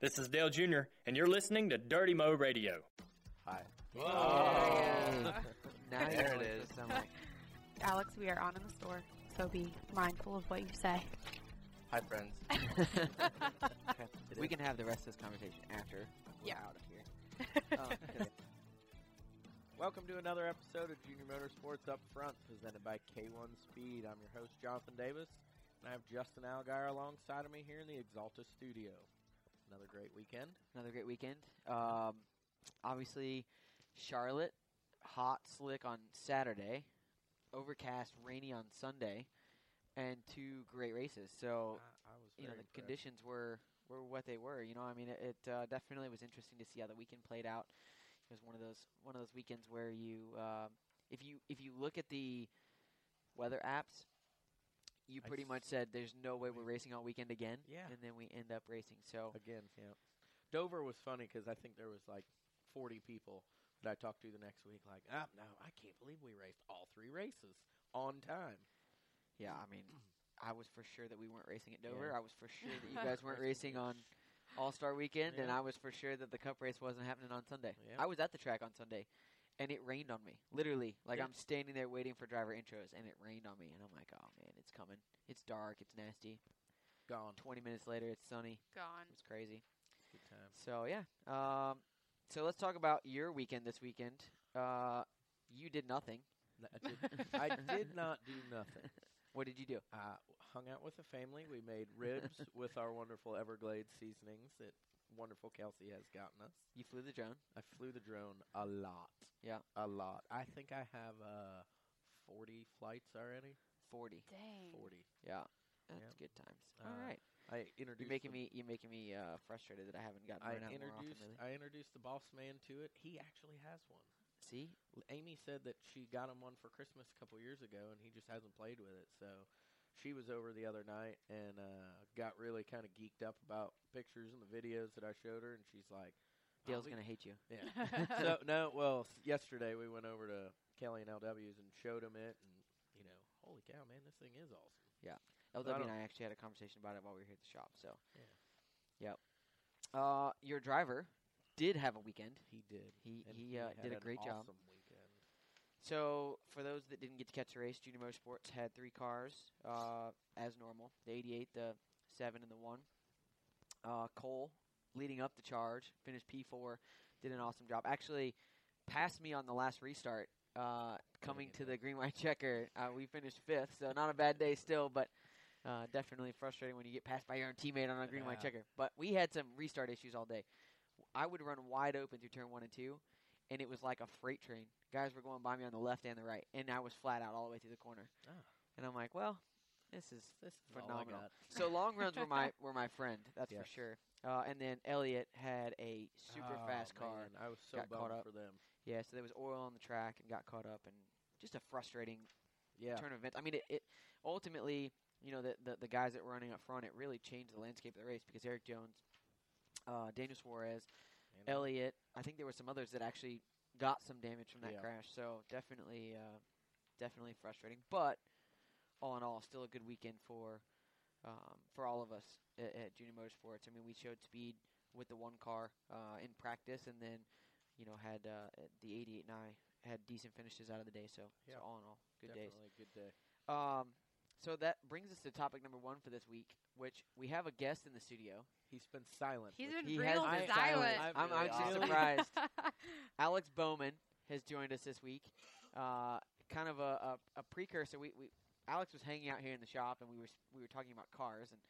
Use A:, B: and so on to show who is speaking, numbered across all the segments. A: This is Dale Jr., and you're listening to Dirty Mo Radio.
B: Hi.
C: Now you
B: There
C: know
B: it
C: it's
B: is.
C: just sound like-
D: Alex, we are on in the store, so be mindful of what you say.
B: Hi, friends.
C: we can have the rest of this conversation after we're
D: Yeah.
C: out of here. Oh, okay.
B: Welcome to another episode of Junior Motorsports Up Front, presented by K1 Speed. I'm your host, Jonathan Davis, and I have Justin Algar alongside of me here in the Exalta studio. Another great weekend.
C: Another great weekend. Um, obviously, Charlotte, hot, slick on Saturday, overcast, rainy on Sunday, and two great races. So
B: I was
C: you know the
B: very impressed.
C: conditions were were what they were. You know, I mean, it, it uh, definitely was interesting to see how the weekend played out. It was one of those one of those weekends where you, uh, if you if you look at the weather apps, you
B: I
C: pretty
B: s-
C: much said there's no way we're racing all weekend again.
B: Yeah.
C: and then we end up racing. So
B: Again, yeah. Dover was funny because I think there was like 40 people that I talked to the next week. Like, ah, no, I can't believe we raced all three races on time.
C: yeah, I mean, I was for sure that we weren't racing at Dover.
B: Yeah.
C: I was for sure that you guys weren't racing on. All Star Weekend, and
B: Yeah.
C: I was for sure that the Cup race wasn't happening on Sunday.
B: Yeah.
C: I was at the track on Sunday, and it rained on me. Literally, like
B: Yeah.
C: I'm standing there waiting for driver intros, and it rained on me, and I'm like, oh man, it's coming. It's dark. It's nasty.
B: Gone.
C: 20 minutes later, it's sunny.
D: Gone.
C: It's crazy.
B: Good time.
C: So yeah. Um, so let's talk about your weekend this weekend. Uh, you did nothing.
B: I did, I did not do nothing.
C: What did you do?
B: I hung out with the family. We made ribs with our wonderful Everglades seasonings that wonderful Kelsey has gotten us.
C: You flew the drone.
B: I flew the drone a lot,
C: Yeah,
B: a lot. I think I have uh, 40 flights already.
C: 40.
D: Dang.
B: 40.
C: Yeah, that's
B: Yeah.
C: good times.
B: Uh,
C: All right.
B: I introduced
C: You're making
B: the-
C: me you're making me uh, frustrated that I haven't gotten
B: I
C: mine out more
B: introduced
C: often lately.
B: I introduced the boss man to it. He actually has one.
C: See,
B: L- Amy said that she got him one for Christmas a couple years ago, and he just hasn't played with it. So she was over the other night and uh, got really kind of geeked up about pictures and the videos that I showed her, and she's like, "Oh,
C: Dale's
B: we-
C: gonna hate you.
B: Yeah. so no, well, s- yesterday we went over to Kelly and LW's and showed him it, and you know, holy cow, man, this thing is awesome.
C: LW
B: don't-
C: and I actually had a conversation about it while we were here at the shop. So,
B: Yeah.
C: yep. Uh, your driver did have a weekend.
B: He did.
C: He-
B: And
C: he, uh,
B: had
C: did a
B: an
C: great job.
B: awesome Weekend.
C: So, for those that didn't get to catch the race, Junior Motorsports had three cars uh, as normal: the 88, the 7, and the 1. Uh, Cole, leading up the charge, finished P4, did an awesome job. Actually, passed me on the last restart. Uh, coming to the green white checker, uh, we finished fifth, so not a bad day still, but uh, definitely frustrating when you get passed by your own teammate on a green white
B: Yeah.
C: checker. But we had some restart issues all day. I would run wide open through turn one and two, and it was like a freight train. Guys were going by me on the left and the right, and I was flat out all the way through the corner.
B: Ah.
C: And I'm like, well, this is
B: This is all I
C: phenomenal.
B: got.
C: So long runs were my were my friend, that's
B: Yes.
C: for sure. Uh, and then Elliot had a super
B: Oh,
C: fast car.
B: man, I was so
C: got caught
B: bummed
C: up.
B: for them.
C: Yeah, so there was oil on the track and got caught up, and just a frustrating
B: Yeah.
C: turn of events. I mean, it, it ultimately, you know, the, the the guys that were running up front, it really changed the landscape of the race because Eric Jones, uh, Daniel Suarez,
B: And-
C: Elliott, I think there were some others that actually got some damage from that
B: Yeah.
C: crash. So definitely, uh, definitely frustrating. But all in all, still a good weekend for um, for all of us at, at Junior Motorsports. I mean, we showed speed with the one car uh, in practice, and then you know had uh, the 88 and I had decent finishes out of the day. So,
B: Yeah.
C: so all in all, good days.
B: Definitely a good day.
C: Um, so that brings us to topic number one for this week, which we have a guest in the studio.
B: He's been silent.
D: He's
B: which
D: been
B: is-
D: real
C: been
D: silent.
C: silent. I'm, I'm
B: Really?
C: just surprised. Alex Bowman has joined us this week. Uh, kind of a, a, a precursor. We, we Alex was hanging out here in the shop, and we were s- we were talking about cars, and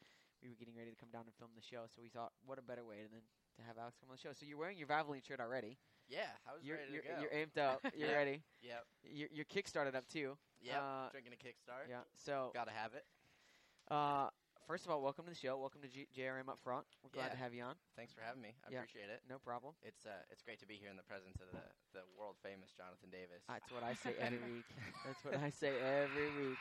C: we were getting ready to come down and film the show. So we thought, what a better way than to have Alex come on the show. So you're wearing your Valvoline shirt already.
E: Yeah, I was
C: You're
E: ready to
C: you're,
E: go.
C: you're amped up. You're
E: Yeah.
C: ready.
E: Yep,
C: You're, you're kickstarted up too.
E: yep.
C: Uh,
E: Drinking a Kickstart.
C: yeah. So
E: Gotta have it.
C: Uh, first of all, welcome to the show. Welcome to G- JRM up front. We're glad to
E: Yeah.
C: have you on.
E: Thanks for having me. I
C: Yeah.
E: appreciate it.
C: No problem.
E: It's uh, it's great to be here in the presence of the, the world famous Jonathan Davis.
C: That's what I say every week. That's what I say every week.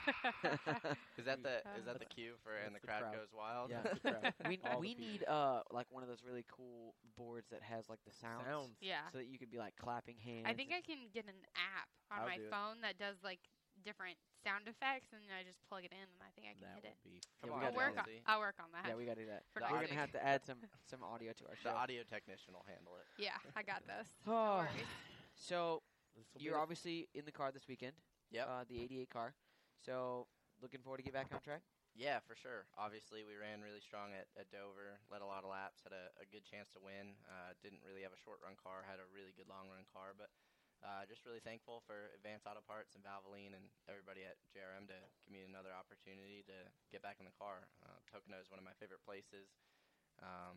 E: is that the is that the cue for and
B: That's
E: the
B: the
E: crowd,
B: crowd.
E: goes wild?
C: Yeah. We,
B: All the
C: we
B: people.
C: need uh like one of those really cool boards that has like the sounds,
B: Sounds.
D: Yeah.
C: so that you could be like clapping hands.
D: I think I
C: and-
D: can get an app on
B: I'll do
D: my
B: it.
D: phone that does like different sound effects, and I just plug it in, and I think I can
B: that
D: hit it.
B: would be
C: Yeah,
E: Come
C: we
E: on,
D: I'll
C: gotta
D: work,
C: do
D: on,
E: Lindsay.
D: I'll work on that.
C: Yeah, we gotta do that.
D: for
E: the
D: next
C: We're
E: audio-
C: gonna have to add some some audio to our
E: The
C: show.
E: audio technician will handle it.
D: Yeah, I got this.
C: Oh,
D: worries.
C: so
B: This'll be
C: you're
B: the-
C: obviously in the car this weekend.
E: Yep.
C: Uh, the 88 car. So looking forward to get back on track.
E: Yeah, for sure. Obviously, we ran really strong at, at Dover, led a lot of laps, had a, a good chance to win. Uh, didn't really have a short run car, had a really good long run car, but uh, just really thankful for Advanced Auto Parts and Valvoline and everybody at JRM to give me another opportunity to get back in the car. Uh, Pocono is one of my favorite places. Um,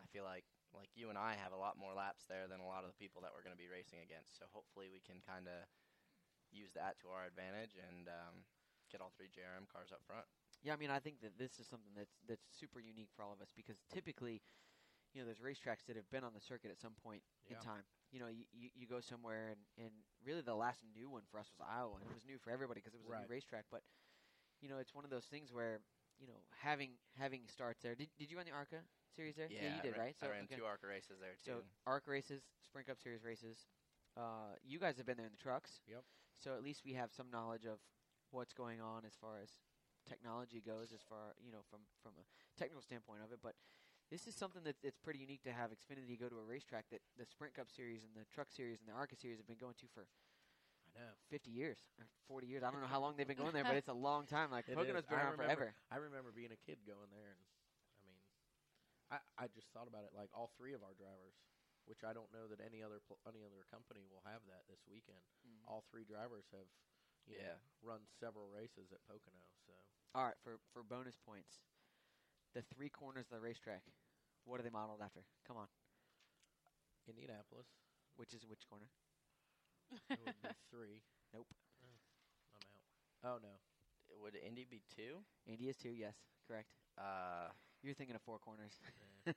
E: I feel like like you and I have a lot more laps there than a lot of the people that we're going to be racing against. So hopefully, we can kind of use that to our advantage and um, get all three JRM cars up front.
C: Yeah, I mean, I think that this is something that's that's super unique for all of us because typically, you know, there's racetracks that have been on the circuit at some point
B: Yeah.
C: in time. You know, you, you, you go somewhere, and, and really the last new one for us was Iowa, and it was new for everybody because it was a
B: Right.
C: new racetrack. But you know, it's one of those things where you know having having starts there. Did, did you run the ARCA series there? you
E: I
C: did,
E: ran,
C: right? So
E: I ran
C: okay.
E: two ARCA races there
C: So
E: too.
C: ARC races, Sprint Cup Series races. Uh, you guys have been there in the trucks.
B: Yep.
C: So at least we have some knowledge of what's going on as far as technology goes, as far you know from from a technical standpoint of it. But this is something that it's pretty unique to have Xfinity go to a racetrack that the Sprint Cup Series and the Truck Series and the ARCA Series have been going to for
B: I know.
C: 50 years, or 40 years. I don't know how long they've been going there, but it's a long time. Like
B: It is.
C: Pocono's been
B: I
C: around
B: remember-
C: forever.
B: I remember being a kid going there, and I mean, I I just thought about it. Like all three of our drivers, which I don't know that any other pl- any other company will have that this weekend.
C: Mhm.
B: All three drivers have, you know,
E: Yeah.
B: run several races at Pocono. So
C: All right, for for bonus points, the three corners of the racetrack. What are they modeled after? Come on,
B: Indianapolis,
C: which is which corner?
B: it would be three. Eh,
C: Nope.
B: I'm out. Oh no,
E: Would Indy be two?
C: Indy is two. Yes, correct.
E: Uh,
C: You're thinking of four corners.
B: Eh,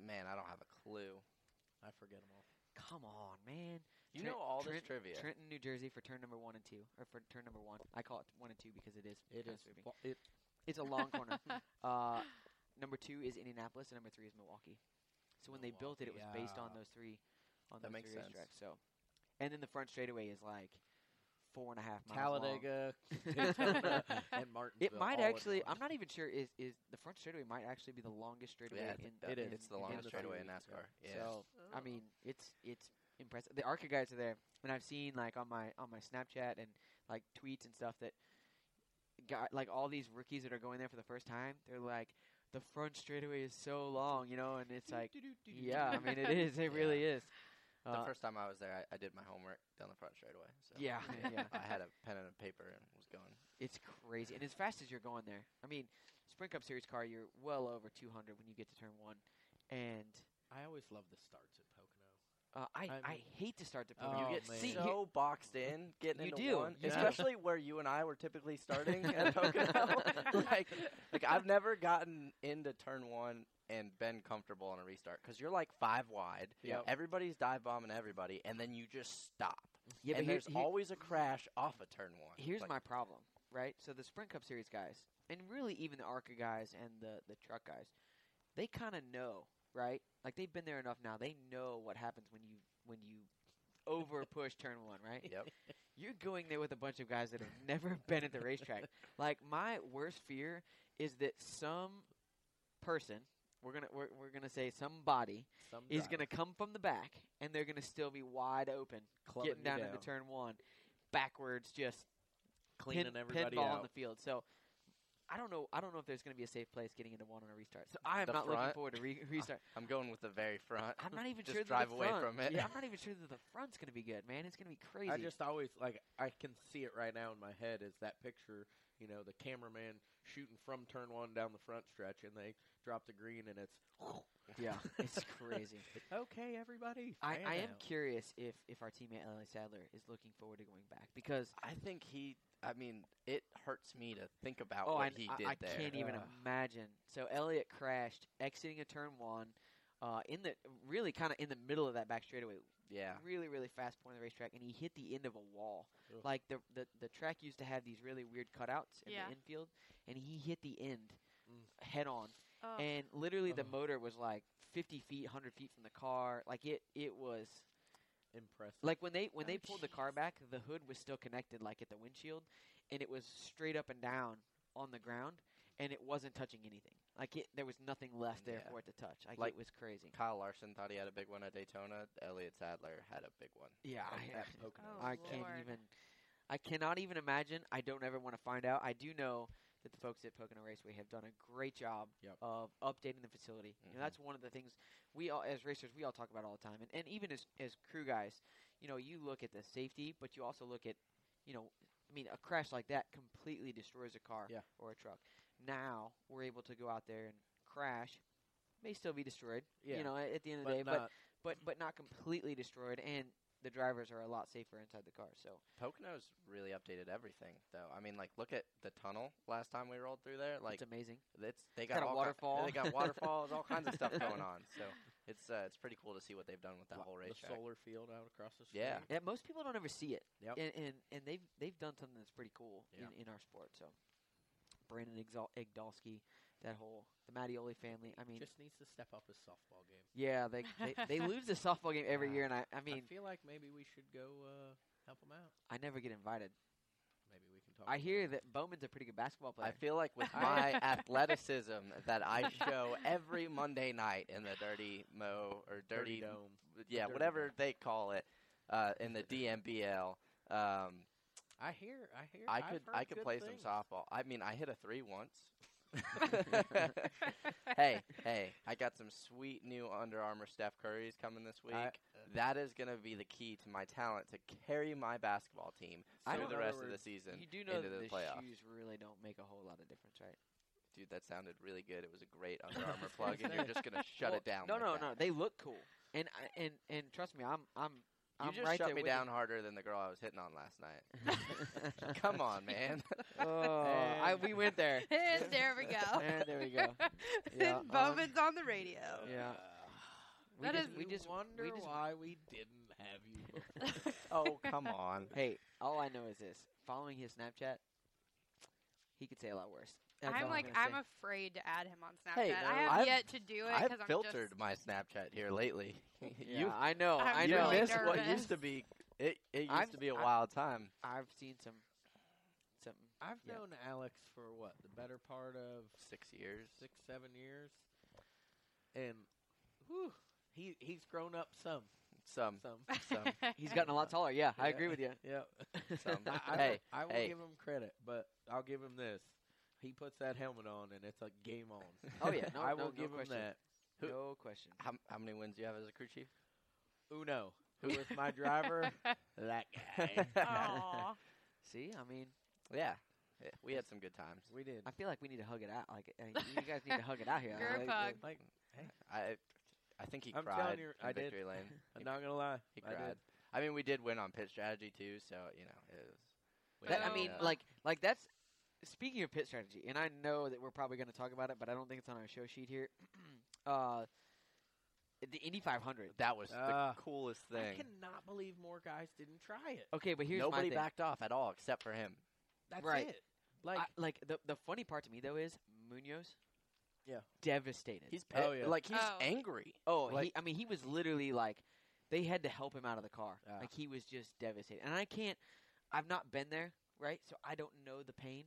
E: man, I don't have a clue.
B: I forget them all.
C: Come on, man.
E: You
C: Trent-
E: know all
C: Trent-
E: this trivia.
C: Trenton, New Jersey for turn number one and two, or for turn number one. I call it one and two because it is.
B: It
C: kinda
B: is.
C: sweeping.
B: Well, it,
C: It's a long corner. Uh, number two is Indianapolis, and number three is Milwaukee. So when they built it, it was based on
B: Milwaukee,
C: those three, on
E: That
C: those
E: makes
C: three
E: sense.
C: racetracks. So, and then the front straightaway is like four and a half miles long.
B: Talladega, Daytona, and Martinsville.
C: It might
B: all in
C: actually.
B: one.
C: I'm not even sure. Is is the front straightaway might actually be the longest straightaway
E: Yeah, I
C: in
E: think
B: it
E: that-
B: is.
E: It's
B: in
E: the longest
B: the
E: straightaway in
B: series, yeah.
E: NASCAR. Yeah.
C: So I mean, it's it's impressive. The ARCA guys are there, and I've seen like on my on my Snapchat and like tweets and stuff that got like all these rookies that are going there for the first time. They're like, the front straightaway is so long, you know, and it's like, yeah, I mean, it is. It
E: Yeah.
C: really is.
E: the
C: Uh,
E: first time I was there, I, I did my homework down the front straightaway. So
C: yeah, yeah,
E: I had a pen and a paper and was going.
C: it's crazy. And as fast as you're going there, I mean, Sprint Cup Series car, you're well over 200 when you get to turn one, and
B: I always love the starts at Pocono.
C: uh, I, I,
B: I mean-
C: hate to start the
B: Oh,
C: program.
E: you get
B: man.
C: See, here-
E: so boxed in getting
C: You
E: into
C: do,
E: one,
C: you
B: do.
E: especially where you and I were typically starting at Pocono. like, like I've never gotten into turn one and been comfortable on a restart because you're like five wide.
B: Yep.
E: Everybody's dive bombing everybody, and then you just stop.
C: yeah, but
E: and
C: here's
E: there's always a crash off of turn one.
C: Here's
E: Like,
C: my problem, right? So the Sprint Cup Series guys, and really even the ARCA guys and the, the truck guys, they kind of know, right? Like they've been there enough now. They know what happens when you when you over push turn one, right?
E: Yep.
C: You're going there with a bunch of guys that have never been at the racetrack. Like my worst fear is that some person, we're gonna we're, we're gonna say somebody
B: Some
C: is gonna come from the back, and they're gonna still be wide open,
B: Clubbing
C: getting
B: you
C: down, into turn one, backwards, just
B: cleaning
C: pin,
B: everybody
C: pinball
B: out.
C: on the field. So I don't know. I don't know if there's going to be a safe place getting into one on a restart. So I am
E: The
C: not looking
E: front?
C: forward to re- restart.
E: I'm going with the very front.
C: I'm not even
E: Just
C: sure. that
E: drive
C: the
E: away
C: front-
E: from it.
C: Yeah, I'm not even sure that the front's going to be good, man. It's going to be crazy.
B: I just always like I can see it right now in my head is that picture, you know, the cameraman shooting from turn one down the front stretch, and they drop the green, and it's
C: yeah, it's crazy.
B: okay, everybody.
C: I,
B: fan
C: I am
B: out."
C: curious if if our teammate Ellie Sadler is looking forward to going back because
E: I think he. I mean, it hurts me to think about
C: oh,
E: what
C: I,
E: he
C: I-
E: did
C: I
E: there.
C: can't e even
B: Ugh.
C: imagine. So Elliot crashed, exiting a turn one, uh, in the really kind of in the middle of that back straightaway,
E: Yeah.
C: really really fast point of the racetrack and he hit the end of a wall
B: Ugh.
C: like the, the the track used to have these really weird cutouts in
D: Yeah.
C: the infield and he hit the end
B: Mm.
C: head on
D: Oh,
C: and literally the
B: Ugh.
C: motor was like 50 feet 100 feet from the car like it it was
B: impressive.
C: Like when they when
D: Oh,
C: they pulled the car
D: jeez.
C: back, the hood was still connected, like at the windshield, and it was straight up and down on the ground, and it wasn't touching anything. Like it, there was nothing left there
E: Yeah.
C: for it to touch. Like,
E: Like-
C: it was crazy.
E: Kyle Larson thought he had a big one at Daytona. Elliott Sadler had a big one.
C: Yeah,
E: Like
C: I,
E: that
D: Oh,
C: I can't
D: Lord.
C: even. I cannot even imagine. I don't ever want to find out. I do know that the folks at Pocono Raceway have done a great job
B: Yep. Mm-hmm.
C: of updating the facility. You
E: Mhm.
C: know, that's one of the things we all, as racers, we all talk about all the time, and, and even as as crew guys, you know, you look at the safety, but you also look at, you know, I mean, a crash like that completely destroys a car
B: Yeah.
C: or a truck. Now we're able to go out there and crash, may still be destroyed.
B: Yeah.
C: You know, at the end of
B: but
C: the day, but
B: not-
E: Mm-hmm.
C: but but not completely destroyed, and the drivers are a lot safer inside the car. So
E: Pocono's really updated everything, though. I mean, like look at the tunnel last time we rolled through there. Like
C: it's amazing.
E: it's they
C: got
E: got,
C: a
E: all ki-
C: waterfall.
E: they got waterfalls, all kinds of stuff going on. So it's uh, it's pretty cool to see what they've done with that
B: wa-
E: whole
B: the
E: racetrack.
B: solar field out across the street.
E: Yeah.
C: Yeah, most people don't ever see it.
B: Yep.
C: And, and and they've they've done something that's pretty cool
B: Yeah.
C: in, in our sport. So Brandon Exal- Igdalski, that whole the Mattioli family. I mean,
B: Just needs to step up his softball game.
C: yeah, they, they they lose the softball game every
B: Yeah.
C: year, and I I
B: I,
C: mean
B: feel like maybe we should go uh, help him out.
C: I never get invited.
B: Maybe we can talk.
C: I
B: to
C: hear
B: him.
C: that Bowman's a pretty good basketball player.
E: Oh, I feel like with my athleticism that I show every Monday night in the Dirty Mo or
B: Dirty
E: Dirty,
B: Dome.
E: yeah,
B: Dirty
E: whatever
B: Dome.
E: they call it uh, in the DMBL. Um,
B: I hear. I hear.
E: I
B: I've
E: could
B: heard
E: I could
B: good
E: play
B: things.
E: some softball. I mean, I hit a three once. hey, hey, I got some sweet new Under Armour Steph Curry's coming this week.
B: I-
E: that is going to be the key to my talent to carry my basketball team
C: I
E: through
C: don't
E: the
C: know
E: rest
B: where-
E: of the season
C: you do know
E: into
C: that
E: the
C: the
E: playoffs.
C: shoes really don't make a whole lot of difference, right?
E: Dude, that sounded really good. It was a great Under Armour
B: That's what
E: plug,
B: I'm
E: and you're
B: saying.
E: just going to shut
C: Well,
E: it down.
C: No,
E: like
C: no,
E: that.
C: no. They look cool, and I- and and trust me, I'm I'm
E: You
C: I'm
E: just
C: right
E: shut
C: there
E: me
C: with you.
E: down harder than the girl I was hitting on last night. Come on, man.
C: Oh, I,
B: And-
C: we went there.
D: and there we go.
C: And there we go. Yeah, um,
D: and Bowman's on the radio.
C: Yeah. We
D: That
C: just,
D: is-
C: we just
B: wonder
C: we just-
B: why we didn't have you. before.
E: oh, come on.
C: Hey, all I know is this: following his Snapchat, he could say a lot worse. That's all
D: I'm like,
C: I'm,
D: I'm,
C: gonna say.
D: afraid to add him on Snapchat.
E: Hey,
D: I have
E: I've-
D: yet to do it
E: I've
D: because I'm
E: filtered
D: just.
E: my Snapchat here lately.
C: Yeah,
E: you
C: I know.
D: I'm
C: I
E: you
C: know.
D: really
E: missed what
D: nervous.
E: used to be. It, it used
C: I've-
E: to be a
C: I-
E: wild time.
C: I've seen some, some.
B: I've
C: Yeah.
B: known Alex for what the better part of
E: Six years.
B: six, seven years, and whew, he he's grown up some.
E: Some.
B: Some.
E: Some.
C: He's gotten a lot taller. Yeah, I
B: Yeah.
C: agree with you.
B: Yep.
E: Some.
B: I, I,
E: Hey,
B: will, I will
E: hey.
B: give him credit, but I'll give him this. He puts that helmet on, and it's a game on.
C: Oh yeah, no,
B: I
C: no,
B: will
C: no
B: give
C: question.
B: him that.
E: Who-
C: No question.
E: How, how many wins do you have as a crew chief?
B: Uno, who is my driver? that guy.
D: Oh. Aw.
C: See, I mean,
E: Yeah. Yeah, We had some good times.
B: We did.
C: I feel like we need to hug it out. Like, I mean, you guys need to hug it out here.
D: Group
C: Like,
D: hug.
B: Like,
E: I I think he
B: I'm telling
E: cried
B: you,
E: in
B: I did.
E: victory lane.
B: I'm not gonna lie.
E: He
B: I did.
E: cried. I mean, we did win on pit strategy too, so you know it was. we
C: That, I
E: did,
D: Well-
C: mean,
E: uh,
C: like, like that's speaking of pit strategy, and I know that we're probably going to talk about it, but I don't think it's on our show sheet here. uh, the Indy 500.
E: that was
B: Ah.
E: the coolest
B: I
E: thing.
B: cannot believe more guys didn't try it.
C: Okay, but here's my
E: Nobody
C: thing.
E: backed off at all except for him.
B: That's
C: right.
B: it. Like,
C: I- like the the funny part to me though is Munoz.
B: Yeah.
C: devastated.
E: He's pit,
B: Oh, yeah.
E: like he's
D: Oh.
E: angry.
C: oh,
B: like-
C: he, I mean, he was literally like they had to help him out of the car.
B: Ah.
C: Like he was just devastated, and I can't. I've not been there, right? So I don't know the pain,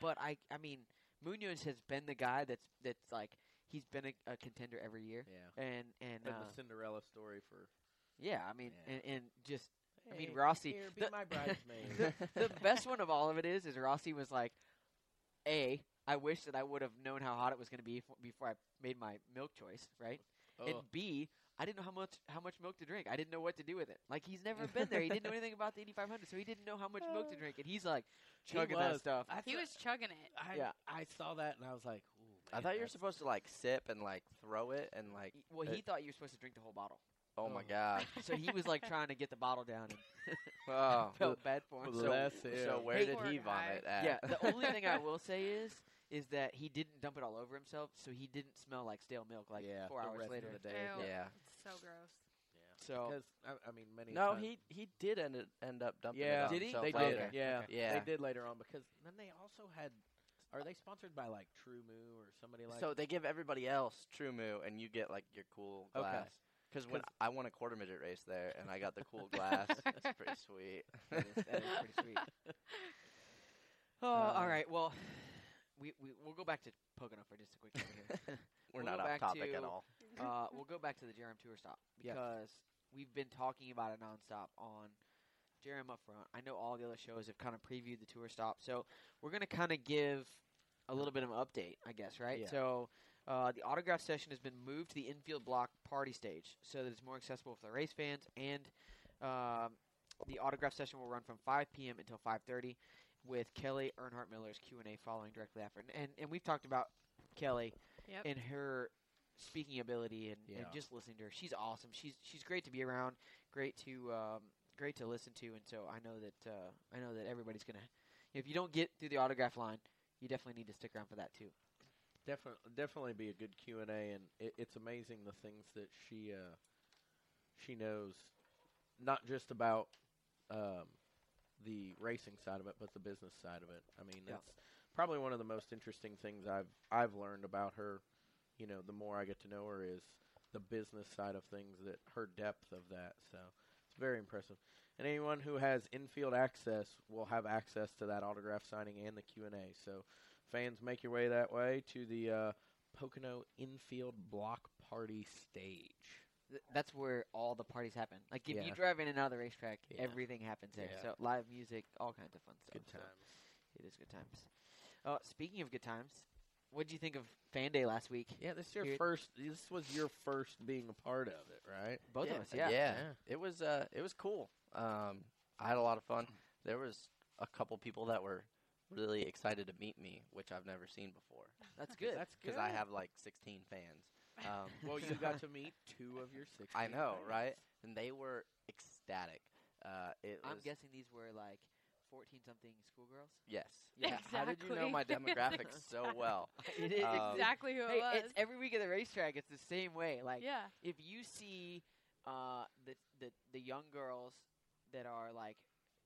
C: but I I mean Munoz has been the guy that's that's like he's been a, a contender every year,
B: yeah.
C: and and
B: Been
C: uh,
B: the Cinderella story for.
C: yeah, I mean,
B: Yeah.
C: And, and just I mean
B: "Hey,
C: Rossi.
B: Here, be
C: the-
B: my bridesmaid.
C: the, the best one of all of it is is Rossi was like, a I wish that I would have known how hot it was going to be f- before I made my milk choice, right? And
B: Oh.
C: B I didn't know how much how much milk to drink. I didn't know what to do with it. Like he's never been there. He didn't know anything about the 8500, so he didn't know how much milk to drink. And he's like
B: He
C: chugging that
B: was.
C: stuff.
B: I
D: he
B: thought-
D: was chugging it.
B: I,
C: yeah.
B: I saw that and I was like, Ooh,
E: I
B: man,
E: thought you were
B: that's-
E: supposed to like sip and like throw it and like.
C: Well, he
E: it-
C: thought you were supposed to drink the whole bottle,
E: oh
B: Oh.
E: my
D: Uh,
E: god.
C: Uh, so he was like trying to get the bottle down and
E: Oh.
C: felt bad for him.
E: so,
C: So
B: Bless him.
E: so where
C: Hey,
E: did
D: poor
E: he
D: guy.
E: vomit at?
C: yeah, the only thing I will say is is that he didn't dump it all over himself, so he didn't smell like stale milk like
B: yeah,
C: four
B: the
C: hours
B: rest
C: later.
B: Of the day.
D: Ew.
E: Yeah.
D: It's so gross.
C: So
B: Because I, I mean, many.
E: No,
B: times-
E: he he did end it- end up dumping it
B: Yeah.
E: on
C: Did he?
E: himself
B: They
C: Okay.
B: did.
E: later.
B: Yeah.
E: Yeah.
B: They did later on because then they also had. Are they sponsored by like True Moo or somebody like?
E: so they give everybody else True Moo, and you get like your cool
B: Okay.
E: glass. Because when
C: 'Cause-
E: I won a quarter midget race there, and I got the cool glass. It's pretty sweet.
C: That is, that is pretty sweet. Oh,
E: Uh,
C: all right. Well, we, we we'll go back to Pocono for just a quick second here.
E: We're
C: We'll
E: not
C: go
E: off
C: back
E: topic at
C: to-
E: all.
C: uh, we'll go back to the Jerem tour stop
B: Yes.
C: because we've been talking about it nonstop on Jerem up front. I know all the other shows have kind of previewed the tour stop, so we're going to kind of give a little bit of an update, I guess, right?
B: Yeah.
C: So uh, the autograph session has been moved to the infield block party stage so that it's more accessible for the race fans, and um, the autograph session will run from 5 p.m. until 5:30 with Kelly Earnhardt Miller's Q and A following directly after. And, and and we've talked about Kelly
D: Yep.
C: and her speaking ability and, and
B: Yeah.
C: just listening to her. She's awesome. She's she's great to be around. Great to um, great to listen to. And so I know that uh, I know that everybody's gonna. If you don't get through the autograph line, you definitely need to stick around for that too.
B: Definitely, definitely be a good Q and A, and it, it's amazing the things that she uh, she knows, not just about um, the racing side of it, but the business side of it. I mean,
C: Yeah.
B: that's probably one of the most interesting things I've I've learned about her. You know, the more I get to know her, is the business side of things that her depth of that. So it's very impressive. And anyone who has infield access will have access to that autograph signing and the Q and A. So fans, make your way that way to the uh, Pocono infield block party stage.
C: Th- that's where all the parties happen. Like if you
B: Yeah.
C: drive in and out of the racetrack,
B: Yeah.
C: everything happens there.
B: Yeah.
C: So live music, all kinds of fun stuff.
B: Good
C: So
B: times.
C: it is good times. Uh, speaking of good times, what did you think of Fan Day last week?
B: Yeah, this is your
C: Dude.
B: first. This was your first being a part of it, right?
C: Both
E: yeah,
C: of us, yeah.
E: It was uh, it was cool. Um, I had a lot of fun. There was a couple people that were really excited to meet me, which I've never seen before.
C: That's good.
B: That's
E: Because I have like 16 fans. Um,
B: Well, you got to meet two of your six.
E: I know, right? And they were ecstatic. Uh, it
C: I'm
E: was,
C: guessing these were like 14 something schoolgirls.
E: Yes. Yeah. How did you know
D: Exactly.
E: my demographics so well?
C: It is
E: Um,
D: exactly who it
C: Hey,
D: was.
C: it's every week at the racetrack. It's the same way. Like
D: yeah.
C: if you see uh, the, the the young girls that are like